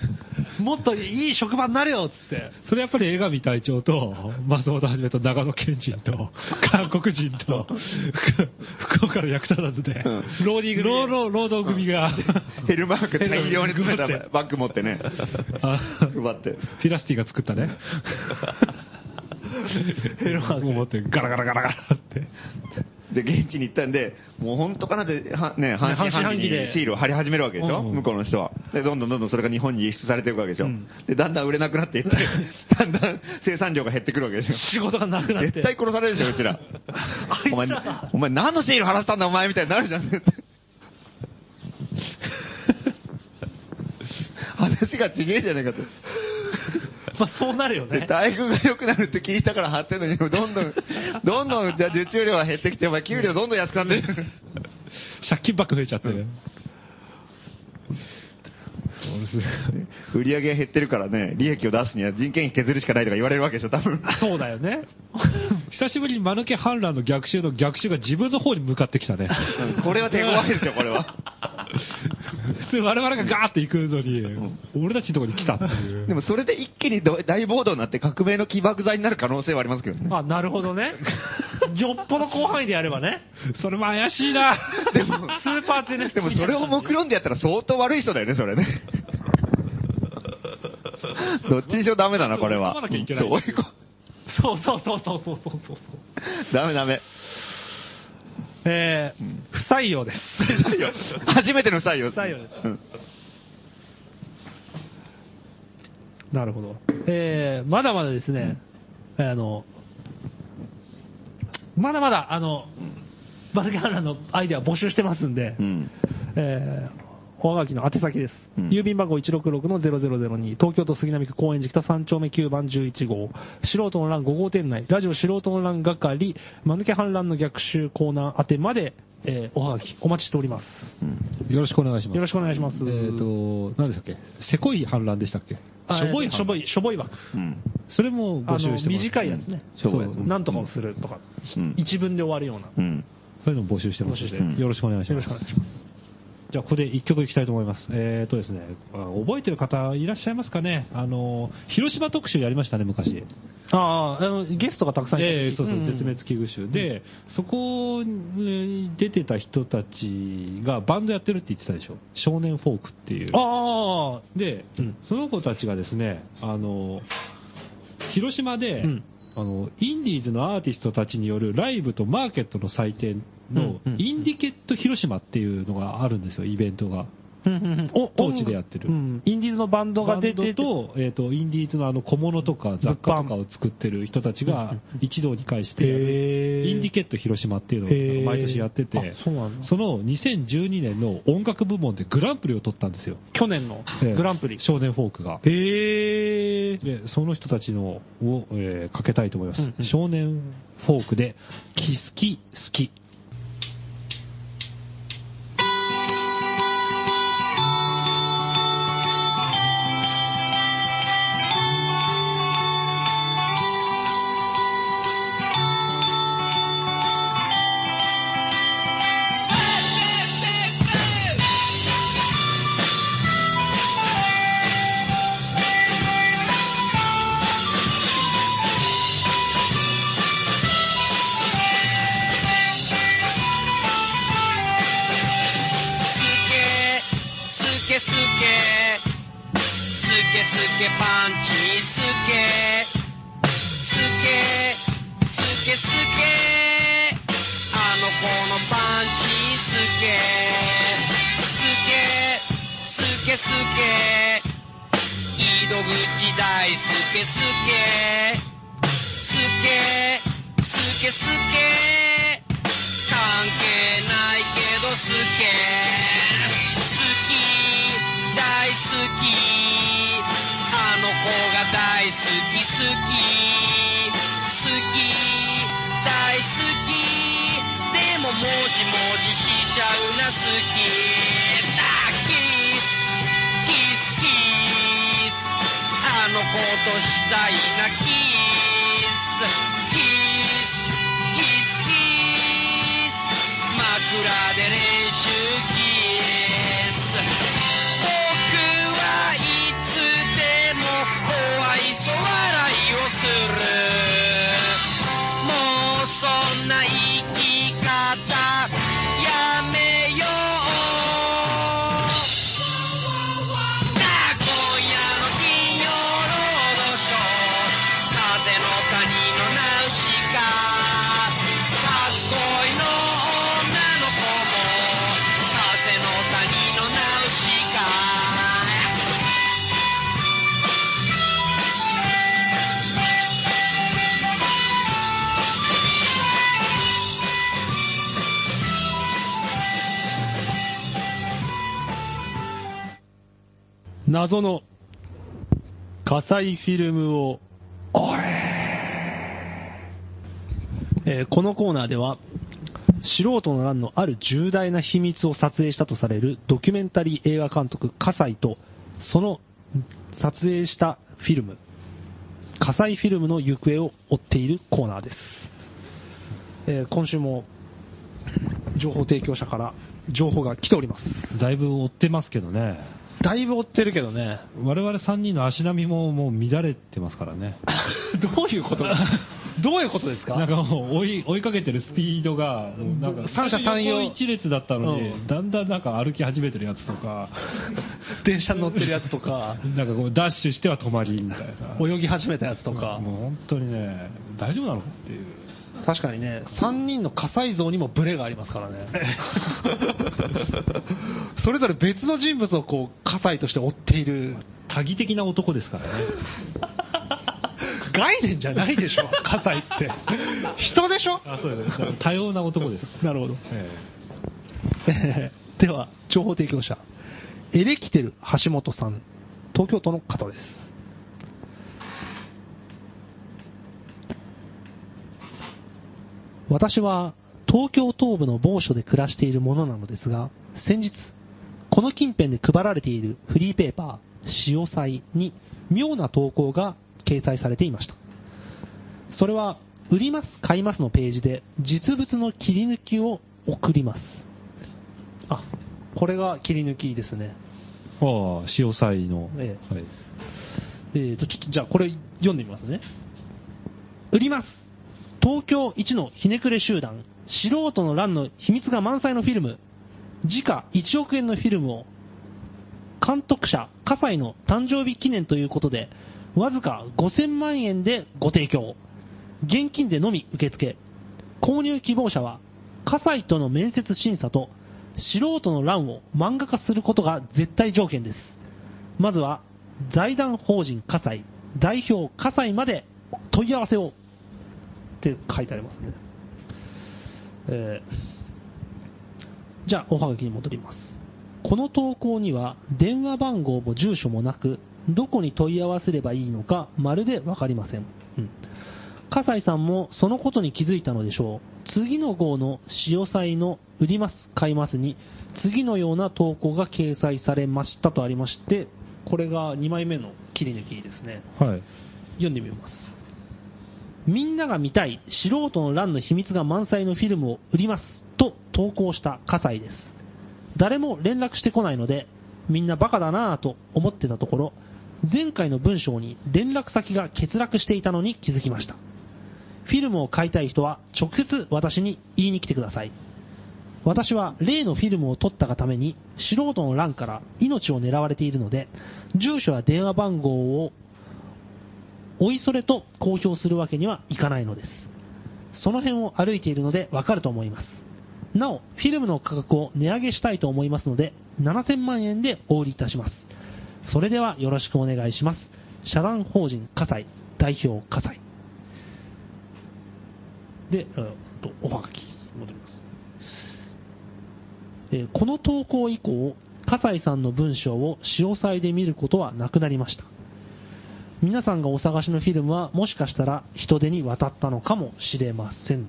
もっといい職場になれよ、つって。それやっぱり江上隊長 と、松本はじめと長野県人と、韓国人と、福福岡の役立たずで、うローディング労働労働組が、ヘルマーク大量に詰めたバッグ持ってね、あ配って。フィラスティが作ったね。ヘルマークを持ってガラガラガラガラって。で、現地に行ったんで、もう本当かなって、はね、半半信信半半疑疑でにシールを貼り始めるわけでしょ、うん向こうの人は。で、どんどんどんどんそれが日本に輸出されていくわけでしょ、で、だんだん売れなくなっていって、だんだん生産量が減ってくるわけでしょ。仕事がなくなって。絶対殺されるでしょ、うち ら。お前、お前何のシール貼らせたんだ、お前みたいになるじゃ ん。話がちげえじゃねえかと。まあそうなるよでね。待遇が良くなるって聞いたから貼ってんのに、どんどん、どんどん、じゃあ受注量が減ってきて、お前給料どんどん安くなって る。借金ばっか増えちゃってね。売り上げが減ってるからね、利益を出すには人件費削るしかないとか言われるわけでしょ、多分。そうだよね。久しぶりに間抜け反乱の逆襲の逆襲が自分の方に向かってきたね。 これは手強いですよ、これは。 普通我々がガーって行くのに、俺たちのとこに来たっていう。でもそれで一気にど大暴動になって革命の起爆剤になる可能性はありますけどね。あ、なるほど ね。よっぽど広範囲でやればね。それも怪しいな。でも、スーパーテネスでもそれを目論んでやったら相当悪い人だよね、それね。どっちにしろダメだな、これは。追い込まなきゃいけないそう追い込そうそうそうそうそうそうそう。ダメダメ。えー、不採用です。不採用初めての不採用。不採用ですうんなるほど。えー、まだまだですね、あの、まだまだ、あの、バルキャーラのアイデア募集してますんで、うん。えー、おはがきの宛先です。うん郵便番号166-0002、東京都杉並区高円寺北3丁目9番11号、素人の欄5号店内、ラジオ素人の欄係、間抜け反乱の逆襲コーナー宛てまで、えー、おはがきお待ちしております。よろしくお願いします。よろしくお願いします。えっ、ー、と、何でしたっけせこい反乱でしたっけあ、しょぼい、反しょぼい、しょぼい枠。うん。それもあの募集してます。短いやつね、しょぼいやつそうなんとかをするとか、うん一文で終わるような、うん。そういうのも募集してますの募集してますで、よろしくお願いします。よろしくお願いじゃあ、ここで一曲いきたいと思います。えっ、ー、とですね、あ覚えてる方いらっしゃいますかねあの、広島特集やりましたね、昔。あああのゲストがたくさんいた時ええそうそう、ん絶滅危惧種。で、そこに出てた人たちがバンドやってるって言ってたでしょ。少年フォークっていう。ああ、で、うんその子たちがですね、あの、広島で、うんあの、インディーズのアーティストたちによるライブとマーケットの祭典のうんうんインディケット広島っていうのがあるんですよ、イベントが。お当地でやってるうんインディーズのバンドバがン出ドてと、と、えっ、と、インディーズのあの小物とか雑貨とかを作ってる人たちが一堂に会してやる、イインディケット広島っていうのを毎年やってて、そうなんだその2012年の音楽部門でグランプリを取ったんですよ。去年のええグランプリ。少年フォークが。へえ。で、その人たちのを、えーかけたいと思います。うんうん少年フォークで、キスキ好き。スケスケスケスケスケパンチスケスケスケスケあの子のパンチスケスケスケスケ井戸口大スケスケスケスケスケ関係ないけど好き好き大好きあの子が大好き好き好き大好きでももじもじしちゃうな好きだキスキスキスあの子としたいなキスキスキスキス枕で練習キス僕はいつでも怖いそ笑いをするもうそんな生き方やめよう今夜の金曜ロードショー風の谷のナウシカかっこいいの女の子も風の谷のナウシカ謎の火災フィルムを、えーこのコーナーでは、素人の欄のある重大な秘密を撮影したとされるドキュメンタリー映画監督、葛西と、その撮影したフィルム、葛西フィルムの行方を追っているコーナーです。えー今週も情報提供者から情報が来ております。だいぶ追ってますけどね。だいぶ追ってるけどね。我々3人の足並みももう乱れてますからね。どういうことどういうことですかなんかもう追い追いかけてるスピードが、もうなんか三者三様横一列だったのに、うんだんだんなんか歩き始めてるやつとか、電車に乗ってるやつとか、なんかこうダッシュしては止まりみたいな。泳ぎ始めたやつとか、もう本当にね、大丈夫なのかっていう。確かにね、3人の火災像にもブレがありますから ね。それぞれ別の人物をこう、火災として追っている。多義的な男ですからね。 概念じゃないでしょ、火災って。人でしょあ、そうですね。多様な男です。なるほど。 ええー では、情報提供者、エレキテル橋本さん、東京都の方です。私は東京東部の某所で暮らしているものなのですが、先日、この近辺で配られているフリーペーパー、潮祭に妙な投稿が掲載されていました。それは、売ります、買いますのページで、実物の切り抜きを送ります。あ、これが切り抜きですね。えああ、潮祭の。えはいえーと、ちょっとじゃあこれ読んでみますね。売ります。東京一のひねくれ集団、素人の乱の秘密が満載のフィルム、時価1億円のフィルムを、監督者、葛西の誕生日記念ということで、わずか5000万円でご提供。現金でのみ受付。購入希望者は、葛西との面接審査と、素人の欄を漫画化することが絶対条件です。まずは、財団法人葛西、代表葛西まで問い合わせをって書いてありますね。えーじゃあ、おはがきに戻ります。この投稿には電話番号も住所もなく、どこに問い合わせればいいのかまるでわかりません。うん笠井さんもそのことに気づいたのでしょう。次の号の潮祭の売ります、買いますに、次のような投稿が掲載されましたとありまして、これが2枚目の切り抜きですね。はい。読んでみます。みんなが見たい素人の乱の秘密が満載のフィルムを売りますと投稿した葛西です。誰も連絡してこないので、みんなバカだなぁと思ってたところ、前回の文章に連絡先が欠落していたのに気づきました。フィルムを買いたい人は直接私に言いに来てください。私は例のフィルムを撮ったがために素人の乱から命を狙われているので、住所や電話番号をおいそれと公表するわけにはいかないのです。その辺を歩いているのでわかると思います。なお、フィルムの価格を値上げしたいと思いますので、7000万円でお売りいたします。それではよろしくお願いします。社団法人葛西代表葛西。で、えーっとおはがき戻ります。えーこの投稿以降、葛西さんの文章を潮祭で見ることはなくなりました。皆さんがお探しのフィルムはもしかしたら人手に渡ったのかもしれません。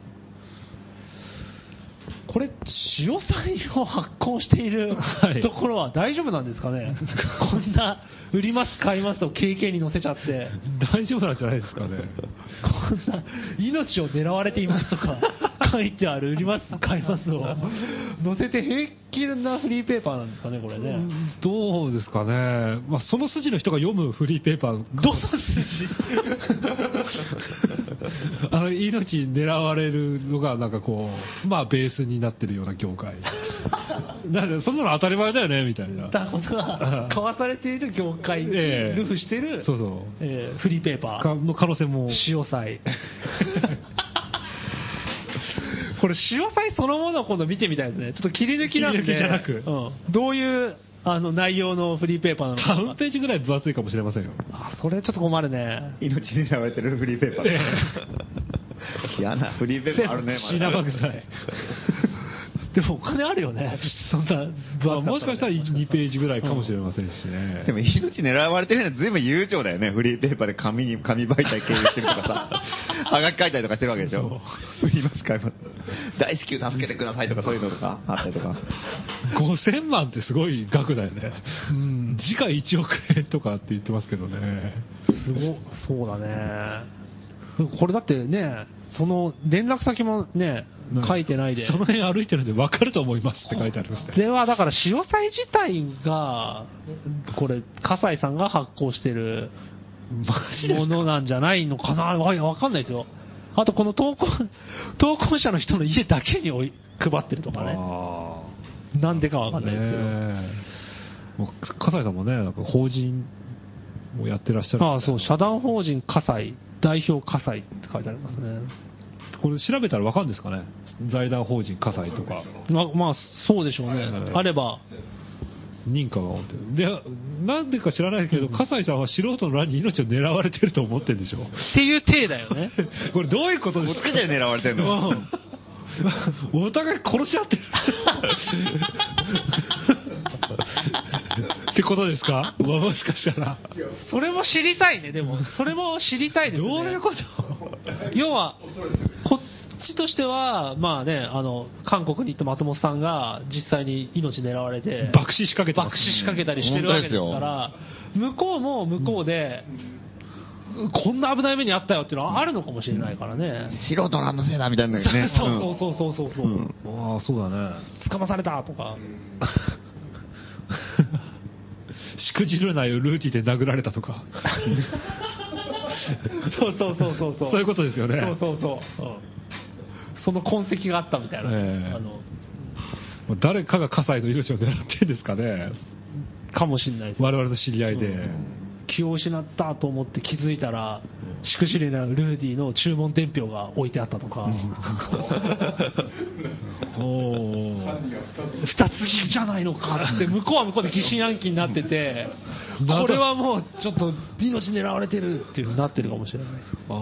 これ、潮祭を発行している、はいところは大丈夫なんですか ねこんな、売ります、買いますと経験に乗せちゃって、大丈夫なんじゃないですかね。こんな、命を狙われていますとか、書いてある、売ります、買いますを、載せて平気なフリーペーパーなんですかね、これね。どうですかね。まあ、その筋の人が読むフリーペーパー。どうす あの、命狙われるのが、なんかこう、まあ、ベースになってるような業 界。なんで、そんなの当たり前だよね、みたいな。ったことが、買わされている業界にええルフしてる、そうそうえーフリーペーパかの可能性もー、。潮 祭。これ、潮祭そのものを今度見てみたいですね。ちょっと切り抜きなんで。切り抜きじゃなくうんどういうあの内容のフリーペーパーなのタウンか。ページぐらい分厚いかもしれませんよ。あそれちょっと困るね。命狙われてるフリーペーパー。嫌なフリ ーペーパーあるね、まだ品ばくじゃない。でもお金あるよね。 そんなまあ、もしかしたら2ページぐらいかもしれませんしね。 でも命狙われてるのは随分悠長だよね。フリーペーパーで紙に、紙媒体経由してるとかさ、はがき書いたりとかしてるわけでしょ。 売ります、買います。大至急助けてくださいとかそういうのとかあったりとか。 5000万ってすごい額だよね。うん。時価1億円とかって言ってますけどね。すごそうだね。これだってね、その連絡先もね、書いてないで。その辺歩いてるんで分かると思いますって書いてありましたよ。ではだから潮祭自体が、これ、葛西さんが発行してるものなんじゃないのかなわわかんないですよ。あとこの投稿、 投稿者の人の家だけにおい配ってるとかね。あなんでかわかあ。んねないですけど。え。もう、笠井さんもね、なんか法人をやってらっしゃる。ああ、そう、社団法人葛西、代表葛西って書いてありますね。これ調べたら分かるんですかね。財団法人笠井とか。ままあ、そうでしょうね。はいあれば、認可が持ってる。で、なんでか知らないけど、笠井さんは素人の乱に命を狙われてると思ってるんでしょ。っていう体だよ ね。これどういうことでおすつかけて狙われてんのうんお互い殺し合ってる。 ってことですかももしかしたら。それも知りたいね、でも。それも知りたいですね。どういうこと 要は、こっちとしては、まあね、あの、韓国に行った松本さんが実際に命狙われて、爆死仕掛けてます爆死仕掛けたりしてるわけですから、向こうも向こうで、こんな危ない目にあったよっていうのはあるのかもしれないからね。。素人なんのせいだみたいなね そうそうそうそうそう。うんああ、そうだね。捕まされたと か。しくじるなよ、ルーティで殴られたとか。そうそうそうそうそう。そういうことですよねそうそうそう。うんその痕跡があったみたいな。ええあのもう誰かが葛西の命を狙ってるんですかね。かもしれないですね我々の知り合いで。気を失ったと思って気づいたら、しくしりなルーディの注文伝票が置いてあったとか、お2つじゃないのかって、向こうは向こうで疑心暗鬼になってて、これはもうちょっと命狙われてるっていうふうになってるかもしれない。あ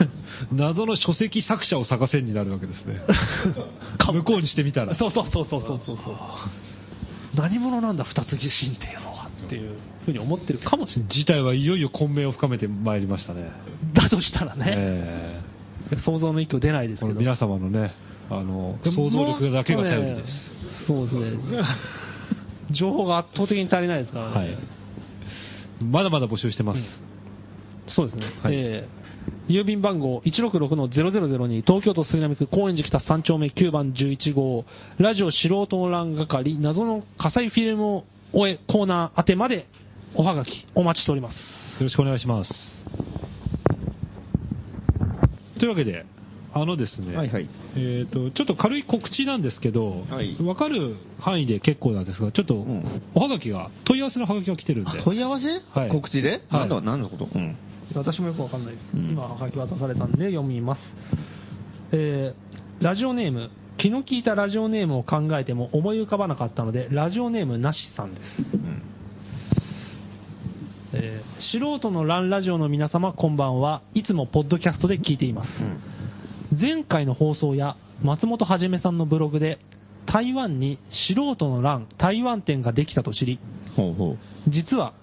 ー謎の書籍作者を探せになるわけですね 向こうにしてみたらそうそうそうそうそうそうそう。何者なんだ、二つ疑心っていうのはっていうふうに思ってるかもしれない。事態はいよいよ混迷を深めてまいりましたね、だとしたらね、え想像の域を出ないですーこけのど。皆様のねあの想像力だけが頼りです、もっとね。そうですね。情報が圧倒的に足りないですからね。はい、まだまだ募集してます、そうですね。はいえー郵便番号166-0002東京都杉並区高円寺北3丁目9番11号ラジオ素人欄係謎の火災フィルムを終えコーナー宛てまでおはがきお待ちしております。よろしくお願いしますというわけであのですね、はいはいえー、とちょっと軽い告知なんですけど、はいわかる範囲で結構なんですが、ちょっとんおはがきが、問い合わせのはがきが来てるんで、問い合わせ、はい告知で、は何いの何のこと、うん、私もよくわかんないです。うん今、書き渡されたんで読みます。えーラジオネーム、気の利いたラジオネームを考えても思い浮かばなかったので、ラジオネームなしさんです。うんえー素人のランラジオの皆様、こんばんは。いつもポッドキャストで聞いています。前回の放送や松本はじめさんのブログで、台湾に素人のラン台湾店ができたと知り、ほうほう実は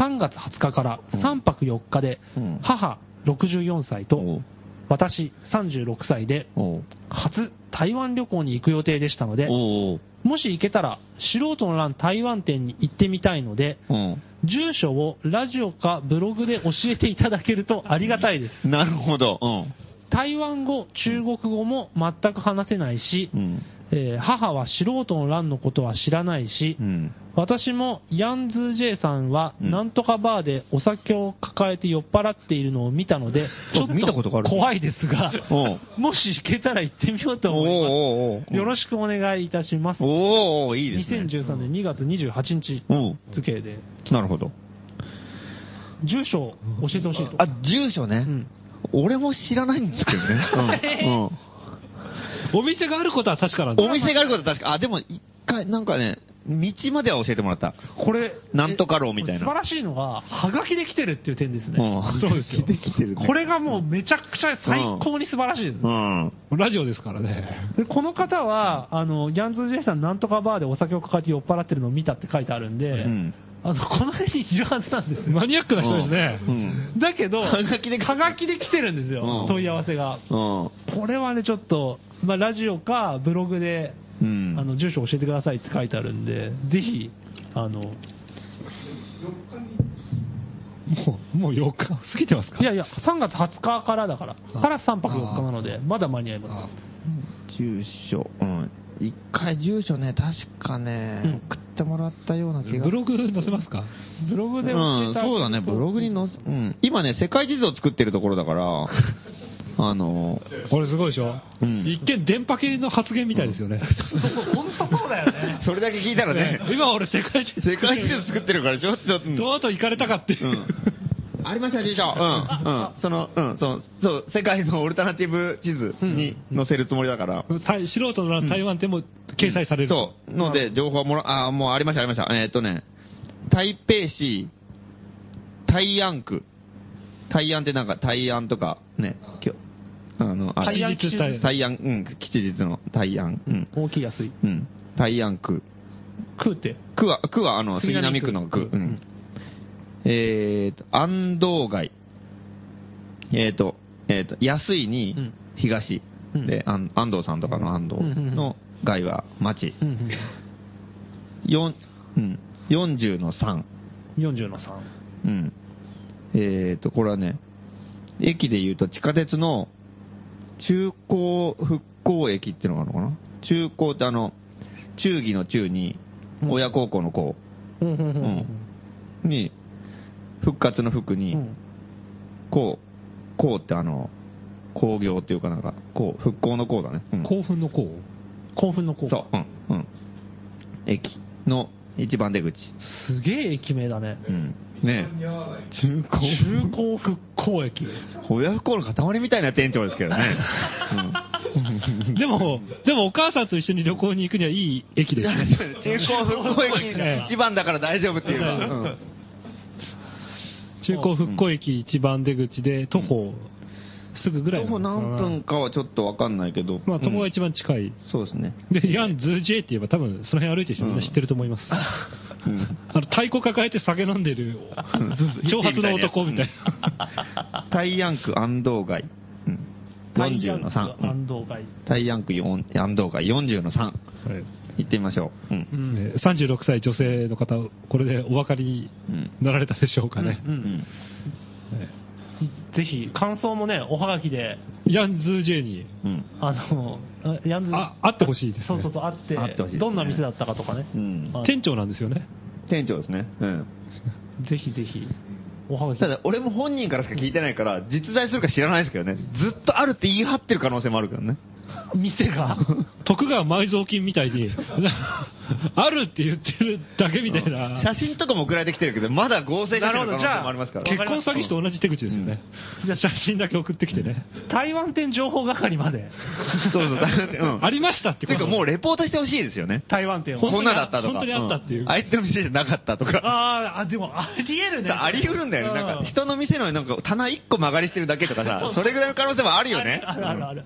3月20日から3泊4日でうん母64歳おとう私36歳でおう初台湾旅行に行く予定でしたのでおうもし行けたら素人の欄台湾店に行ってみたいのでうん住所をラジオかブログで教えていただけるとありがたいですなるほどうん台湾語中国語も全く話せないし、うんえー母は素人の欄のことは知らないし、うん私もヤンズー J さんは、うんなんとかバーでお酒を抱えて酔っ払っているのを見たので、ちょ見たっことがあとる怖いですが、 おうもし行けたら行ってみようとおう思いおうおます。よろししくお願いいたします。おうおうおういいですね2013年2月28日うん付で、なるほど住所を教えてほしいと。あ住所ね、うん俺も知らないんですけど ね、うんうんお店があることは確かなんでお店があることは確か、あ、でも一回、なんかね、道までは教えてもらった。これ、なんとかろうみたい素晴な。らしいのが、はがきで来てるっていう点ですね。うん、そうですよ。できてるねこれがもうめちゃくちゃ最高に素晴らしいですう。ん。ラジオですからね、でこの方は、あの、ギャンズー J さんなんとかバーでお酒を抱えて酔っ払ってるのを見たって書いてあるんで、うんあの、この辺にいるはずなんですよ。マニアックな人ですね、うん。だけど、はがきで来てるはがきで来てるんですよ、うん問い合わせが。うん。これはね、ちょっと、まあ、ラジオかブログで、うん。あの、住所教えてくださいって書いてあるんで、ぜひ、あの、もうもう4日過ぎてますか、いやいや、3月20日からだから、から3泊4日なので、まだ間に合いま住所、うん。一回住所ね、確かね、うん送ってもらったような気がブログ載せますか、す。ブログうでん、そうだね、ブログに載せ、うん。今ね、世界地図を作ってるところだ から、あの、これすごいでしょ、うん一見、電波系の発言みたいですよね、本当そうだよね。それだけ聞いた らね、 今、俺、世界中、世界地図作ってるから、ちょっと、うんどの後行かれたかっていう、うんありました、辞書。うん、うん。その、うん、その、そう、世界のオルタナティブ地図に載せるつもりだから。台素人の台湾店も掲載される、そう。ので、情報はもら、あー、もうありました、ありました。えーっとね、台北市、台安区。台安ってなんか、台安とか、ね、きょあの、あ台安吉日台安、うん、吉日の台安。うん、大きい安い。うん。台安区。食うて。区は、区はあの、杉並区の区。ううんん。えーっと、安藤街。えーっと、えーっと、安いにうん東。うんで、安安藤さんとかの安藤うんうんうんの街は町。うんうん4うん、40の3。 40の3。うん。えっ、と、これはね、駅で言うと地下鉄の中高復興駅っていうのがあるのかな中高ってあの、中義の中に、親孝行の子うんうんうんに、復活の服うに、んこう、こうってあの、工業っていうかなんか、こう、復興のこうだね。うん興奮のこう興奮の効そう、うん、うん。駅の一番出口。すげえ駅名だね。うん。ねえ中高。中高復興駅。親不孝の塊みたいな店長ですけど ね。でも、でもお母さんと一緒に旅行に行くにはいい駅ですね。うん中高復興駅一番だから大丈夫っていうか。うん中高復興駅一番出口で徒歩すぐぐらい徒歩何分かはちょっとわかんないけど。まあ、友がうん一番近い。そうですね。で、ヤン・ズー・ジェイって言えば多分その辺歩いてる人みんな知ってると思います。 うんあの、太鼓抱えて酒飲んでる、長髪の男みたい な。タイヤンク安藤街。うん40の3。うん安藤街。タイヤンク4安藤街40の3。はい行ってみましょう。うんうん36歳女性の方、これでお分かりになられたでしょうかね。う。うんんぜひ、感想もね、おはがきで、ヤン・ズー・ジェイに、うんあの、ヤンズ、あ、会ってほしいですそうねそう。そう、あって、会ってほしいですねどんな店だったかとかね。うんあ店長なんですよね。店長ですね。うんぜひぜひ、おはがき。ただ、俺も本人からしか聞いてないから、実在するか知らないですけどね。ずっとあるって言い張ってる可能性もあるけどね。店 が、徳川埋蔵金みたいに、あるって言ってるだけみたいな。写真とかも送られてきてるけど、まだ合成してる可能性もありますから。結婚詐欺師と同じ手口ですよね。じゃあ写真だけ送ってきてね。台湾店情報係まで、そう そう、だってうん。ありましたっててこいうかともうレポートしてほしいですよね。台湾店を。こんなだったとか。本当にあったっていうんあいつの店じゃなかったとか。あーあ、でも、ありえるね。あり得るんだよね。なんうか、人の店のなんか棚1個曲がりしてるだけとかさ、それぐらいの可能性もあるよね。あるあるある。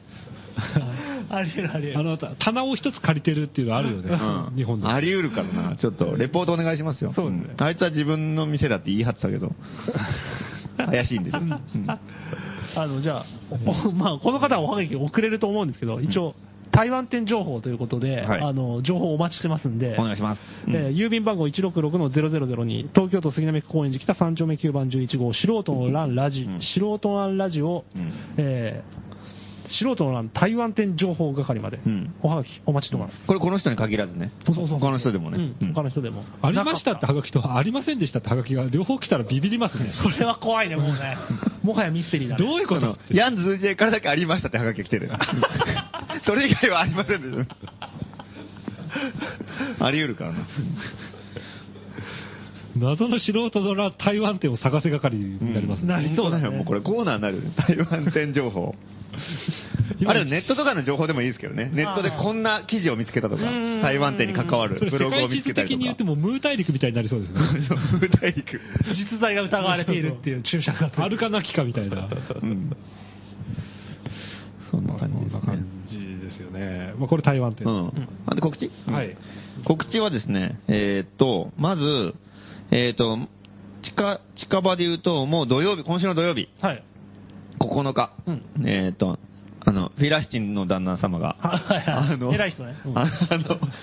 ありえるありえある。の、た棚を一つ借りてるっていうのあるよね。うん日本で。あり得るからな。ちょっと、レポートお願いしますよ。そうですねんあいつは自分の店だって言い張ってたけど、怪しいんですよ。うんあの、じゃあ、お まあ、この方はおはがき送れると思うんですけど、一応、台湾店情報ということで、はいあの、情報をお待ちしてますんで、お願いします。えー郵便番号166-0002、東京都杉並区公園寺北3丁目9番11号、素人の欄ラジ、うん素人の欄ラジオ、うんえー素人の欄台湾店情報係まで、うんおはがきお待ちしてます。これこの人に限らずね。他の人でもね。うん他の人でも。ありましたってハガキと、ありませんでしたってハガキが両方来たらビビりますね。それは怖いね、もうね。もはやミステリーだね。どういうことうんヤンズージェイからだけありましたってハガキが来てる。それ以外はありませんでした。あり得るからな。謎の素人のら台湾店を探せ係になりますね。なりそう本だ当ねだよ、もうこれコーナーになるよね。台湾店情報。あれネットとかの情報でもいいですけどね。ネットでこんな記事を見つけたとか、ん台湾店に関わそれるブ世ログ界を見地つけ図たり的とに言ってか。もムー大陸みたいになりそうですね。大陸。実在が疑われているっていう注射があるかなきかみたいな。うん。そんな感じですそね。んな感じですよね。まあ、これ台湾店。うん。あで告知はい。告知はですね、えーっと、まず、えーっと、近、近場で言うと、もう土曜日、今週の土曜日、はい。 9日、うんえーっと、あの、フィラシチンの旦那様が、はいはいあの、偉い人ねうんあの、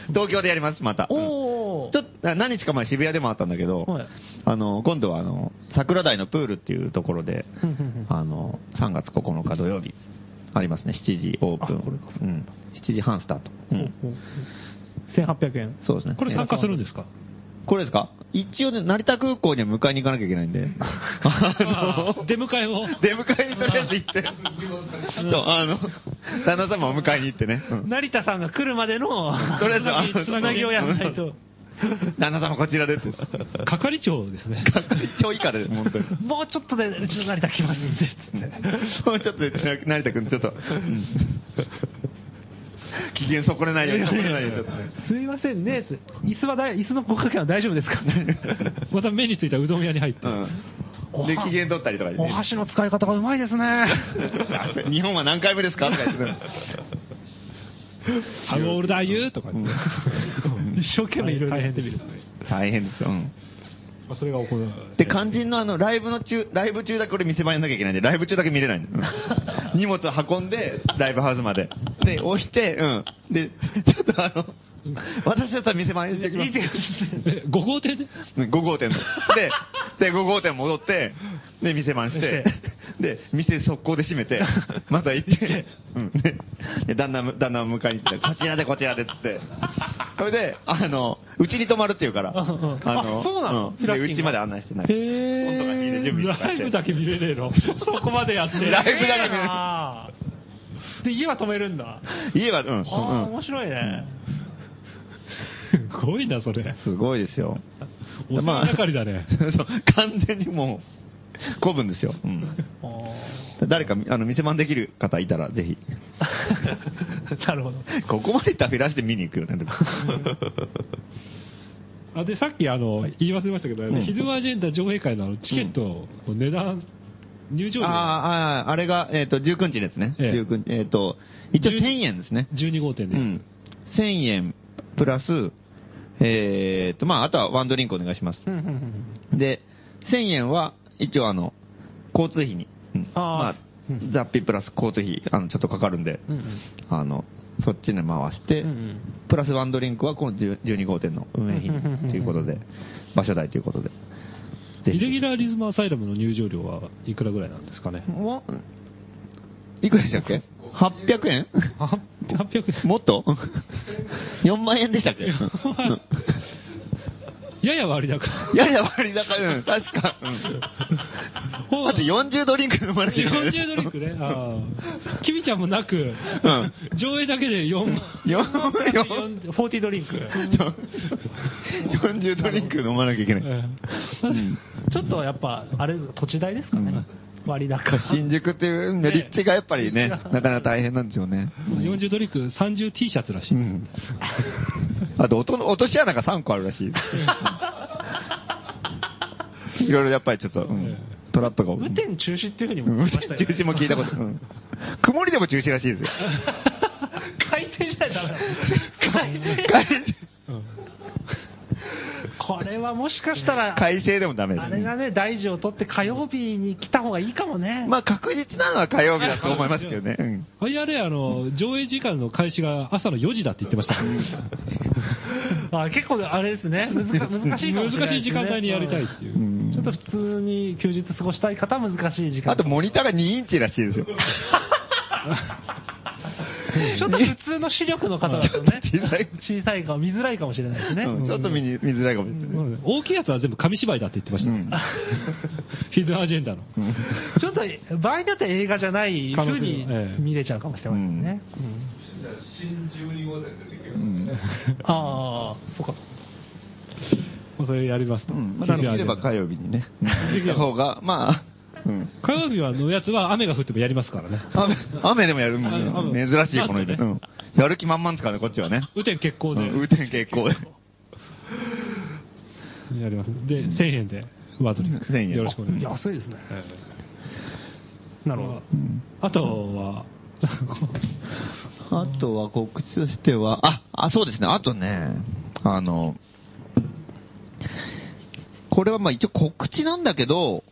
東京でやります、また。おーちょっと、あ何日か前渋谷でもあったんだけど、はいあの、今度はあの、桜台のプールっていうところで、うんうんあの、3月9日土曜日、ありますね、7時オープン。うん、7時半スタート。ううんんうん1800円。そうですね。これ参加するんですかこれですか一応ね、成田空港には迎えに行かなきゃいけないんで、あの、出迎えを。出迎えにとりあえず行って、そう、あの、旦那様を迎えに行ってね、うん成田さんが来るまでの、とりあえずあのつなぎをやらないと。旦那様こちらでって、係長ですね。係長以下で、本当に。もうちょっとで、うちの成田来ますんで、つって。もうちょっとで、成田君、ちょっと、うん機嫌損ねないように、損ねないように、ちょっとね。すいませんね、つ椅子は大、椅子のご掛けは大丈夫ですかね。また目についたうどん屋に入って。うん。で、機嫌取ったりとか言ってお箸の使い方がうまいですね。日本は何回目ですかとか言ってね。ハウオールダーユーとか言って。 一生懸命いろいろ大やっ変てでみ見るる。。大変ですよ。うんまあそれが行われで、肝心のあの、ライブの中、ライブ中だけこれ見せ場やんなきゃいけないんで、ライブ中だけ見れないんで。うん荷物を運んで、ライブハウスまで。で、置いて、うん。で、ちょっとあの、私だったら見せ場に行ってきます。え5号店で5号店ので、で、5号店戻って、で、店番して、で、店速攻で閉めて、また行って、うん、でで、旦那、旦那を迎えに行って、こちらでこちらでっつって、それで、あの、うちに泊まるっていうから、あうんうんあそうなのんフラッキングで、うちまで案内してない。へ今度がいいね準備してライブだけ見れねえの。そこまでやって。ライブだええなかあで、家は止めるんだ。ら、家は、うん、ああ、うん面白いね。ごいな、それ。すごいですよ。 お世ま話あ係だね。そう完全にもう、古文ですよ。うん誰か、あの、店番できる方いたら、ぜひ。 なるほど。 ここまで行ったらフェラして見に行くよね、でもあでさっきあの言い忘れましたけど、あのうんヒドゥンアジェンダ上映会のあのチケットの値段、入場料ああ、あれが、えっ、と、19日ですね。ええ19えっ、と、一応1000円ですね。 12号店うで、ん。1000円プラス、えっ、と、まあ、あとはワンドリンクお願いします。うんうんうんで、1000円は、一応あの、交通費に、うんあーまあ、雑費プラス交通費、あの、ちょっとかかるんで、うんうんあの、そっちに回して、うんうんプラスワンドリンクはこの10 12号店の運営費うんうんうんうんにということで、場所代ということで。ぜイひレギュラーリズムアサイラムの入場料はいくらぐらいなんですかね。もういくらでしたっけ ?800 円800円。もっと ?4 万円でしたっけやや割高。やりだ割高、うん、確か。うん、あと40ドリンク飲まなきゃいけないです40ドリンクね。ああ。キミちゃんもなく、うん上映だけで4万。よよ40 40ドリンク。 40ドリンク飲まなきゃいけない。んちょっとやっぱ、あれですか、土地代ですかね。割高。新宿っていうね立地がやっぱりね、なかなか大変なんですよね。 40ドリンク 30T シャツらしうい。ん。あと、音の落とし穴が3個あるらし い。いろいろやっぱりちょっと、うんトラップが多い。雨天中止っていうふうにも 無言ってました点よね中止も聞いたことうん曇りでも中止らしいですよ。回転じゃダメだ。回転。快晴これはもしかしたら、快晴でもダメであすれがね。ね、大事を取って火曜日に来た方がいいかもね。まあ確実なのは火曜日だと思いますけどね。うんあいやね、あの、上映時間の開始が朝の4時だって言ってました。 あ結構あれです ね、難難しいかもれな難しいですね時間帯にやりたいっていう。うんちょっと普通に休日過ごしたい方は難しい時間。あとモニターが2インチらしいですよ。ちょっと普通の視力の方だと ね、小さい小さいか見づらいかもしれないですね。うんちょっと見に見づらいかもしれない。うん大きいやつは全部紙芝居だって言ってました。うんヒドゥンアジェンダの。ちょっと場合によっては映画じゃない風に可能性はええ見れちゃうかもしれませんね。うんうんああ、そうかそうか。もうそれやりますと。うんまヒあドゥでンアきれジェンダば火曜日にね。行った方が、まあ、うん火曜日はのやつは雨が降ってもやりますからね。雨雨でもやるもん雨ね。珍しい、このなん色。とうねんやる気満々ですからね、こっちはね。雨天決行うでん雨天傾向で。やります。で、1000円で上取り。 1000円よろしくお願いします。安いですね。なるほど。あ とは、あとは告知としては、あ、あ、そうですね、あとね、あの、これはまあ一応告知なんだけど、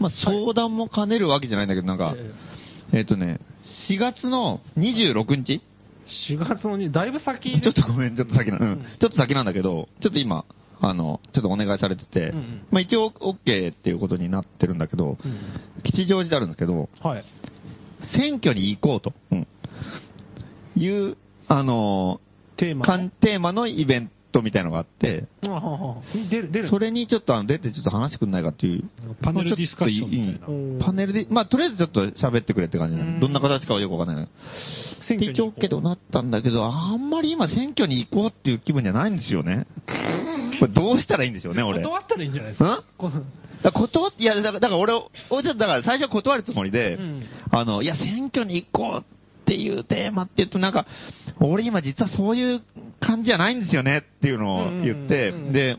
まあ相談も兼ねるわけじゃないんだけど、なんか、えっ、とね、4月の26日4月のに、だいぶ先ちでょっとごめん、ちょっと先な、うん、ちょっと先なんだけど、ちょっと今、あの、ちょっとお願いされてて、うんうんまあ一応 OK っていうことになってるんだけど、吉祥寺であるんですけど、はい。選挙に行こうと、うんいう、あのテーマ。かんテーマのイベントみたいのがあって、あはは出る、出る。それにちょっとあの出てちょっと話してくんないかっていう。パネルディスカッションみたいなうんパネルで、まあとりあえずちょっと喋ってくれって感じなうんの。どんな形かはよくわかんないの。選挙に一応 OK となったんだけど、あんまり今選挙に行こうっていう気分じゃないんですよね。これどうしたらいいんでしょうね、俺。断ったらいいんじゃないですか。んこのだから断っいや、だからだから俺を、俺ちょっとだから最初は断るつもりで、うんあの、いや、選挙に行こうっていうテーマって言うと、なんか、俺今実はそういう感じじゃないんですよねっていうのを言って、うんうんうんうんで、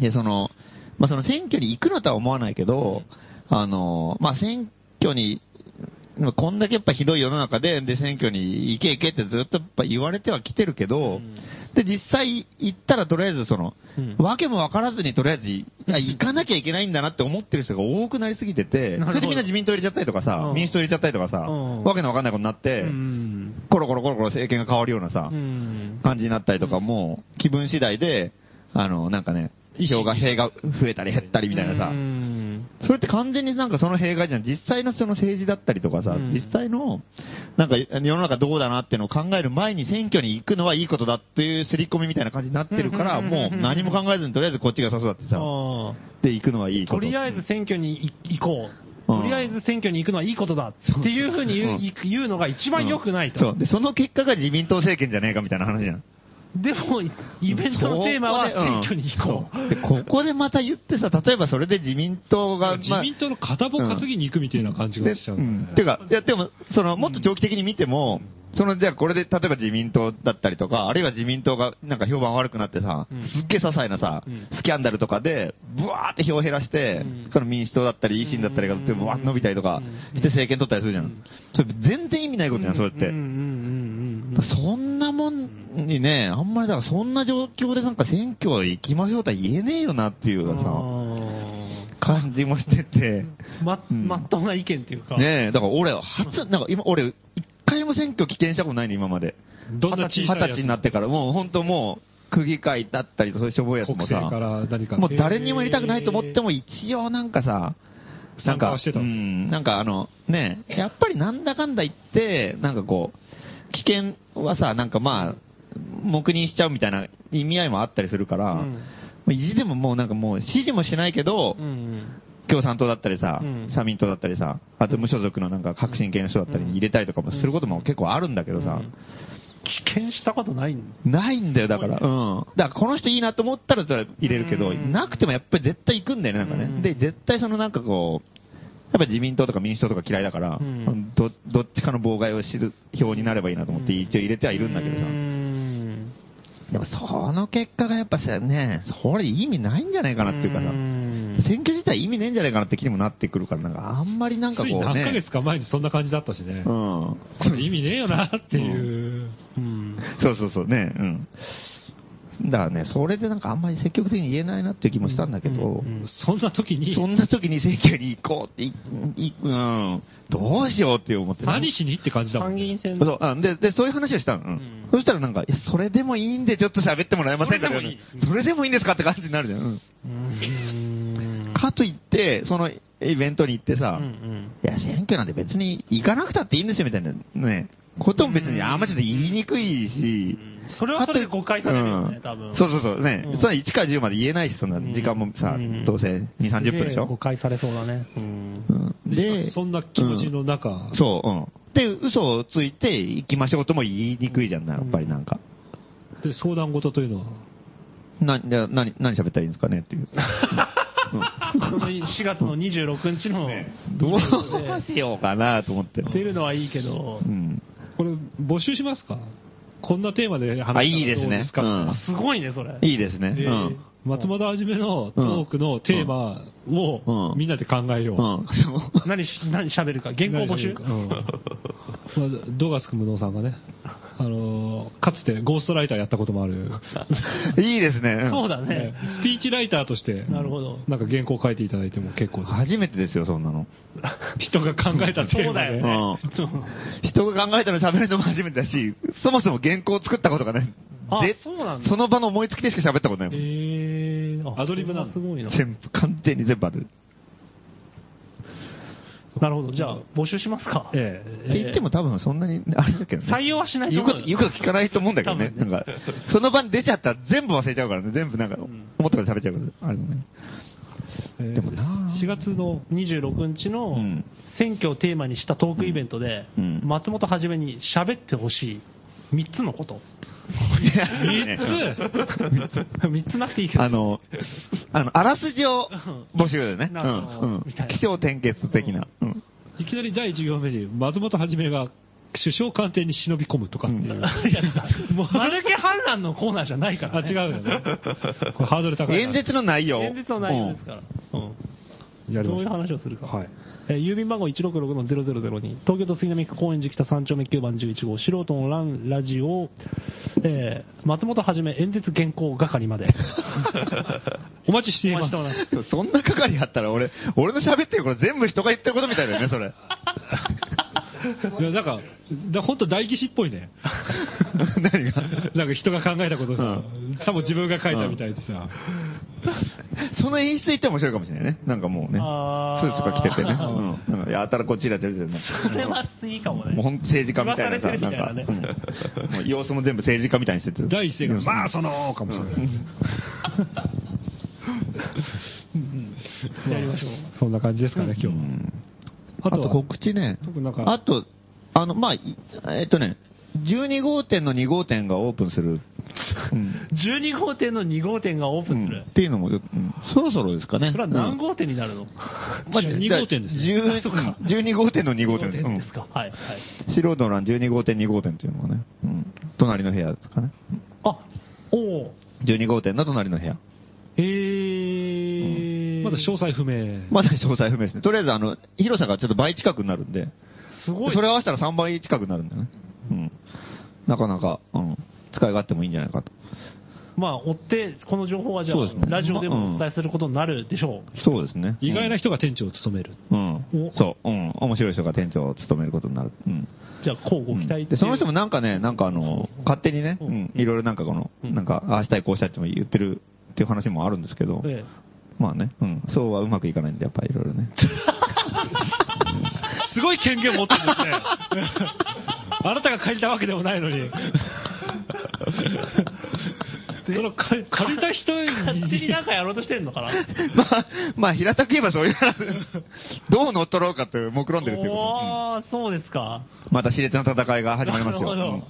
で、その、まあ、その選挙に行くのとは思わないけど、あの、まあ、選挙に、まあこんだけやっぱひどい世の中で、で、選挙に行け行けってずっとやっぱ言われてはきてるけど、で、実際行ったらとりあえずその、うんわけもわからずにとりあえずいや行かなきゃいけないんだなって思ってる人が多くなりすぎてて、なるほどそれでみんな自民党入れちゃったりとかうさん、民主党入れちゃったりとかさ、うんわけのわかんないことになってう、ん。コロコロコロコロ政権が変わるようなさう、ん。感じになったりとかも、気分次第で、あの、なんかね、票が、弊が増えたり減ったりみたいなさう、んそれって完全になんかその弊害じゃん。実際のその政治だったりとかさ、うん実際の、なんか世の中どうだなっていうのを考える前に選挙に行くのはいいことだっていう刷り込みみたいな感じになってるから、うんもう何も考えずにとりあえずこっちが誘だってさ、ああで行くのはいいこと。とりあえず選挙に行こう。うんとりあえず選挙に行くのはいいことだっていうふうに言ううん言う言うのが一番良くないと。そう。で、その結果が自民党政権じゃねえかみたいな話じゃん。でも、イベントのテーマは選挙に行こう。でここでまた言ってさ、例えばそれで自民党が、自民党の片棒担ぎに行くみたいな感じでがしちゃううんんだよねてか、いや、でも、その、もっと長期的に見ても、その、じゃあこれで、例えば自民党だったりとか、あるいは自民党が、なんか評判悪くなってさ、すっげえ些細なさ、スキャンダルとかで、ブワーって票を減らして、その民主党だったり、維新だったりが、ブワーって伸びたりとか、して政権取ったりするじゃん。それ全然意味ないことじゃん、それって。そんなもんにね、あんまりだからそんな状況でなんか選挙行きましょうとは言えねえよなっていうさ、感じもしてて。ま、うんまっとうな意見っていうか。ねえ、だから俺、初、なんか今、俺、一回も選挙棄権したことないね、今まで。どんな小二さ十いやつ歳になってから、もう本当もう、区議会だったりとか、そういうしょぼいやつも国政かさ、ら何か。もう誰にも入れたくないと思っても、一応なんかさ、なん参加かはして、うたのん、なんかあの、ねえ、やっぱりなんだかんだ言って、なんかこう、危険はさ、なんかまあ、黙認しちゃうみたいな意味合いもあったりするから、うんもう意地でももうなんかもう指示もしないけど、うん共産党だったりさ、うん社民党だったりさ、あと無所属のなんか革新系の人だったりに入れたりとかもすることも結構あるんだけどさ、危険したことないんないんだよ、だから。うん。だからこの人いいなと思ったらそれは入れるけど、うんなくてもやっぱり絶対行くんだよね、なんかね。うんで、絶対そのなんかこう、やっぱり自民党とか民主党とか嫌いだから、うんどどっちかの妨害を知る票になればいいなと思って一応入れてはいるんだけどさ。うんでもその結果がやっぱさ、ね、それ意味ないんじゃないかなっていうかさ、うん選挙自体意味ねえんじゃないかなって気にもなってくるから、なんかあんまりなんかつこいう何ヶね月。か前にそんな感じだったしねう。ん。これ意味ねえよなっていう。うんそうそうそうね、うん。だからね、それでなんかあんまり積極的に言えないなっていう気もしたんだけど、そんな時に、 そんな時に選挙に行こうって、いいうん、どうしようって思ってね、何しにって感じだもん参議ね。院選そうあでで、そういう話をしたの。うんんそしたらなんか、いや、それでもいいんでちょっと喋ってもらえませんかって言われてそれでもいいんですかって感じになるじゃん。うんうんかといって、そのイベントに行ってさ、うんういんや、選挙なんて別に行かなくたっていいんですよみたいなね、ことも別にあんまちょっと言いにくいし、それはそれで誤解されるようねん、多分。そうそうそう、ね。うんそれは1から10まで言えないし、そんな時間もさ、うんどうせ2、30分でしすげえ誤ょ。解されそうだね。うんうんで、そんな気持ちの中、そう、うん。で、嘘をついて行きましょうとも言いにくいじゃんな、やっぱりなんか。で、相談事というのは、な、じゃあ何、何喋ったらいいんですかねって いう。 4月の26日の、どうしようかなと思って。出るのはいいけどう、ん。これ募集しますかこんなテーマで話したらあいいですねどうですかうんすごいね、それ。いいですね。うええん。松本はじめのトークのテーマをうんみんなで考えよう。うん。何し、何喋るか、原稿募集うんまあドガスク無能さんがね、あのーかつてゴーストライターやったこともある、いいですね。んそうだね ね。スピーチライターとして、なるほど。なんか原稿書いていただいても結構です。初めてですよ、そんなの。人が考えたテそーうマだで。よねう。そう人が考えたの喋るのも初めてだし、そもそも原稿を作ったことがない。あでそうなんだその場の思いつきでしか喋ったことないもん。えー、あアドリブなんだそれはすごいな。全部、完全に全部ある。なるほど。じゃあ、募集しますか。ええって言っても多分そんなに、あれだけどね。採用はしないと言う思こうとよ。言うこと聞かないと思うんだけどね。多分なんねか、その場に出ちゃったら全部忘れちゃうからね。全部なんか、ん思ったこと喋っちゃうから。あれだね。ええでもな4月の、 26日うのん選挙をテーマにしたトークイベントで、うん松本はじめに喋ってほしい3つのこと。3 つなくていいけど。 あの、あの、あらすじを募集だよね。なるほどうんうんみたいな気象転結的な。うんいきなり第1行目に松本はじめが首相官邸に忍び込むとかっていいう。やもう、マルケ反乱のコーナーじゃないから、あ、ね。違うよ ね。これハードル高いな。演説の内容。現実の内容ですから。うんやりどまうしいうょう話をするか。はいえー郵便番号166-0002、東京都杉並区高円寺北3丁目9番11号、素人のランラジオ、えー松本はじめ演説原稿係 まで。お待ちしています。お待ちしてでもそんな係あったら俺、俺の喋ってること全部人が言ってることみたいだよね、それ。 いや、なんか、だ本当大義士っぽいね。何が。なんか人が考えたことさ、さも自分が書いたみたいでさ。その演出言っても面白いかもしれないね。なんかもうね。あースーツとか着ててね。うん。なんか、やたらこうチラチラチラ。それはいいかもね。もうほんと政治家みたいなさ、言わさなれてんか、るみたいなねうん もう様子も全部政治家みたいにしてて。第一声が、まあその、の、かもしれない。やりましょう。そんな感じですかね、今日は。ああととは告知ね特になん。かあと、あの、まあ、いえっとね、12号店の2号店がオープンするうん12号店の2号店がオープうンすんるっ。ていうのも、うんそろそろですかね。それは何号店になるのまあ12号店ですね10あそうか12号店の2号 ?2 号店店うんですか。はい。はい素人の欄12号店、2号店っていうのがね、うん隣の部屋ですかね。あ、おお。 12号店の隣の部屋。えー。まだ詳細不明。まだ詳細不明ですね。とりあえず、あの、広さがちょっと倍近くになるんで、すごい。それを合わせたら3倍近くになるんだよね。うん。なかなか、うん、使い勝手もいいんじゃないかと。まあ、追って、この情報はじゃあそうですね、ラジオでもお伝えすることになるでしょそうですね。意外な人が店長を務める。うん。うんおそう。うん。面白い人が店長を務めることになる。うん。う。じゃあ、こうご期待っていうでその人もなんかね、なんかあの、勝手にね、うん、いろいろなんかこの、うんなんか、ああしたいこうしたいっても言ってるっていう話もあるんですけど、えまあね、うん、そうはうまくいかないんで、やっぱりいろい ろね。すごい権限持ってるんですね。あなたが借りたわけでもないのに。その借り借りた人え勝手になんかやろうとしてんの かなまあ、まあ、平たく言えばそういう話、どう乗っ取ろうかという目論んでるっていうこおー、そうですか。と。また熾烈な戦いが始まりますよ。なるほど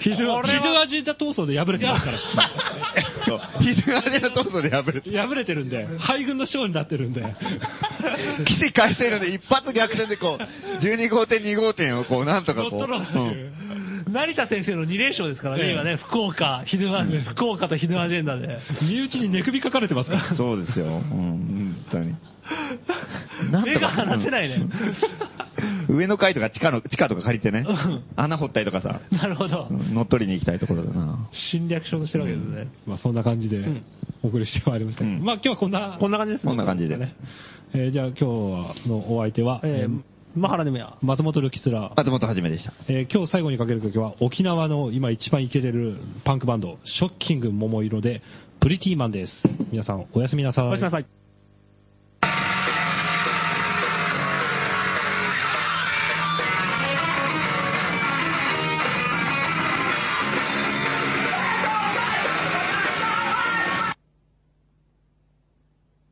ヒドこれはアジェンダ闘争で敗れてますから。うん そうひどい味の闘争で破れて、敗れてるんで、敗軍の将になってるんで。奇跡改正ので一発逆転でこう、12号店、2号店をこう、なんとか乗っこう、。取ろうっていうう ん成田先生の2連勝ですからええね、今ね、福岡、ヒドゥアジェンダ、福岡とヒドゥアジェンダで。身内に寝首かかれてますから。そうですよ。うん、本当に。なんとか 目が離せないね。上の階とか地下の、地下とか借りてね、穴掘ったりとかさ、 なるほどう。ん乗っ取りに行きたいところだな。侵略しようとしてるわけですね。まあそんな感じでん、お送りしてまいりましたけどうんまあ今日はこんな、こんな感じですね。こんな感じで。えーじゃあ今日のお相手は、えー、マハラネメア。松本ルキスラー。松本はじめでした。えー今日最後にかける曲は沖縄の今一番イケてるパンクバンドショッキング桃色でプリティーマンです皆さんおやすみなさいおやすみなさい。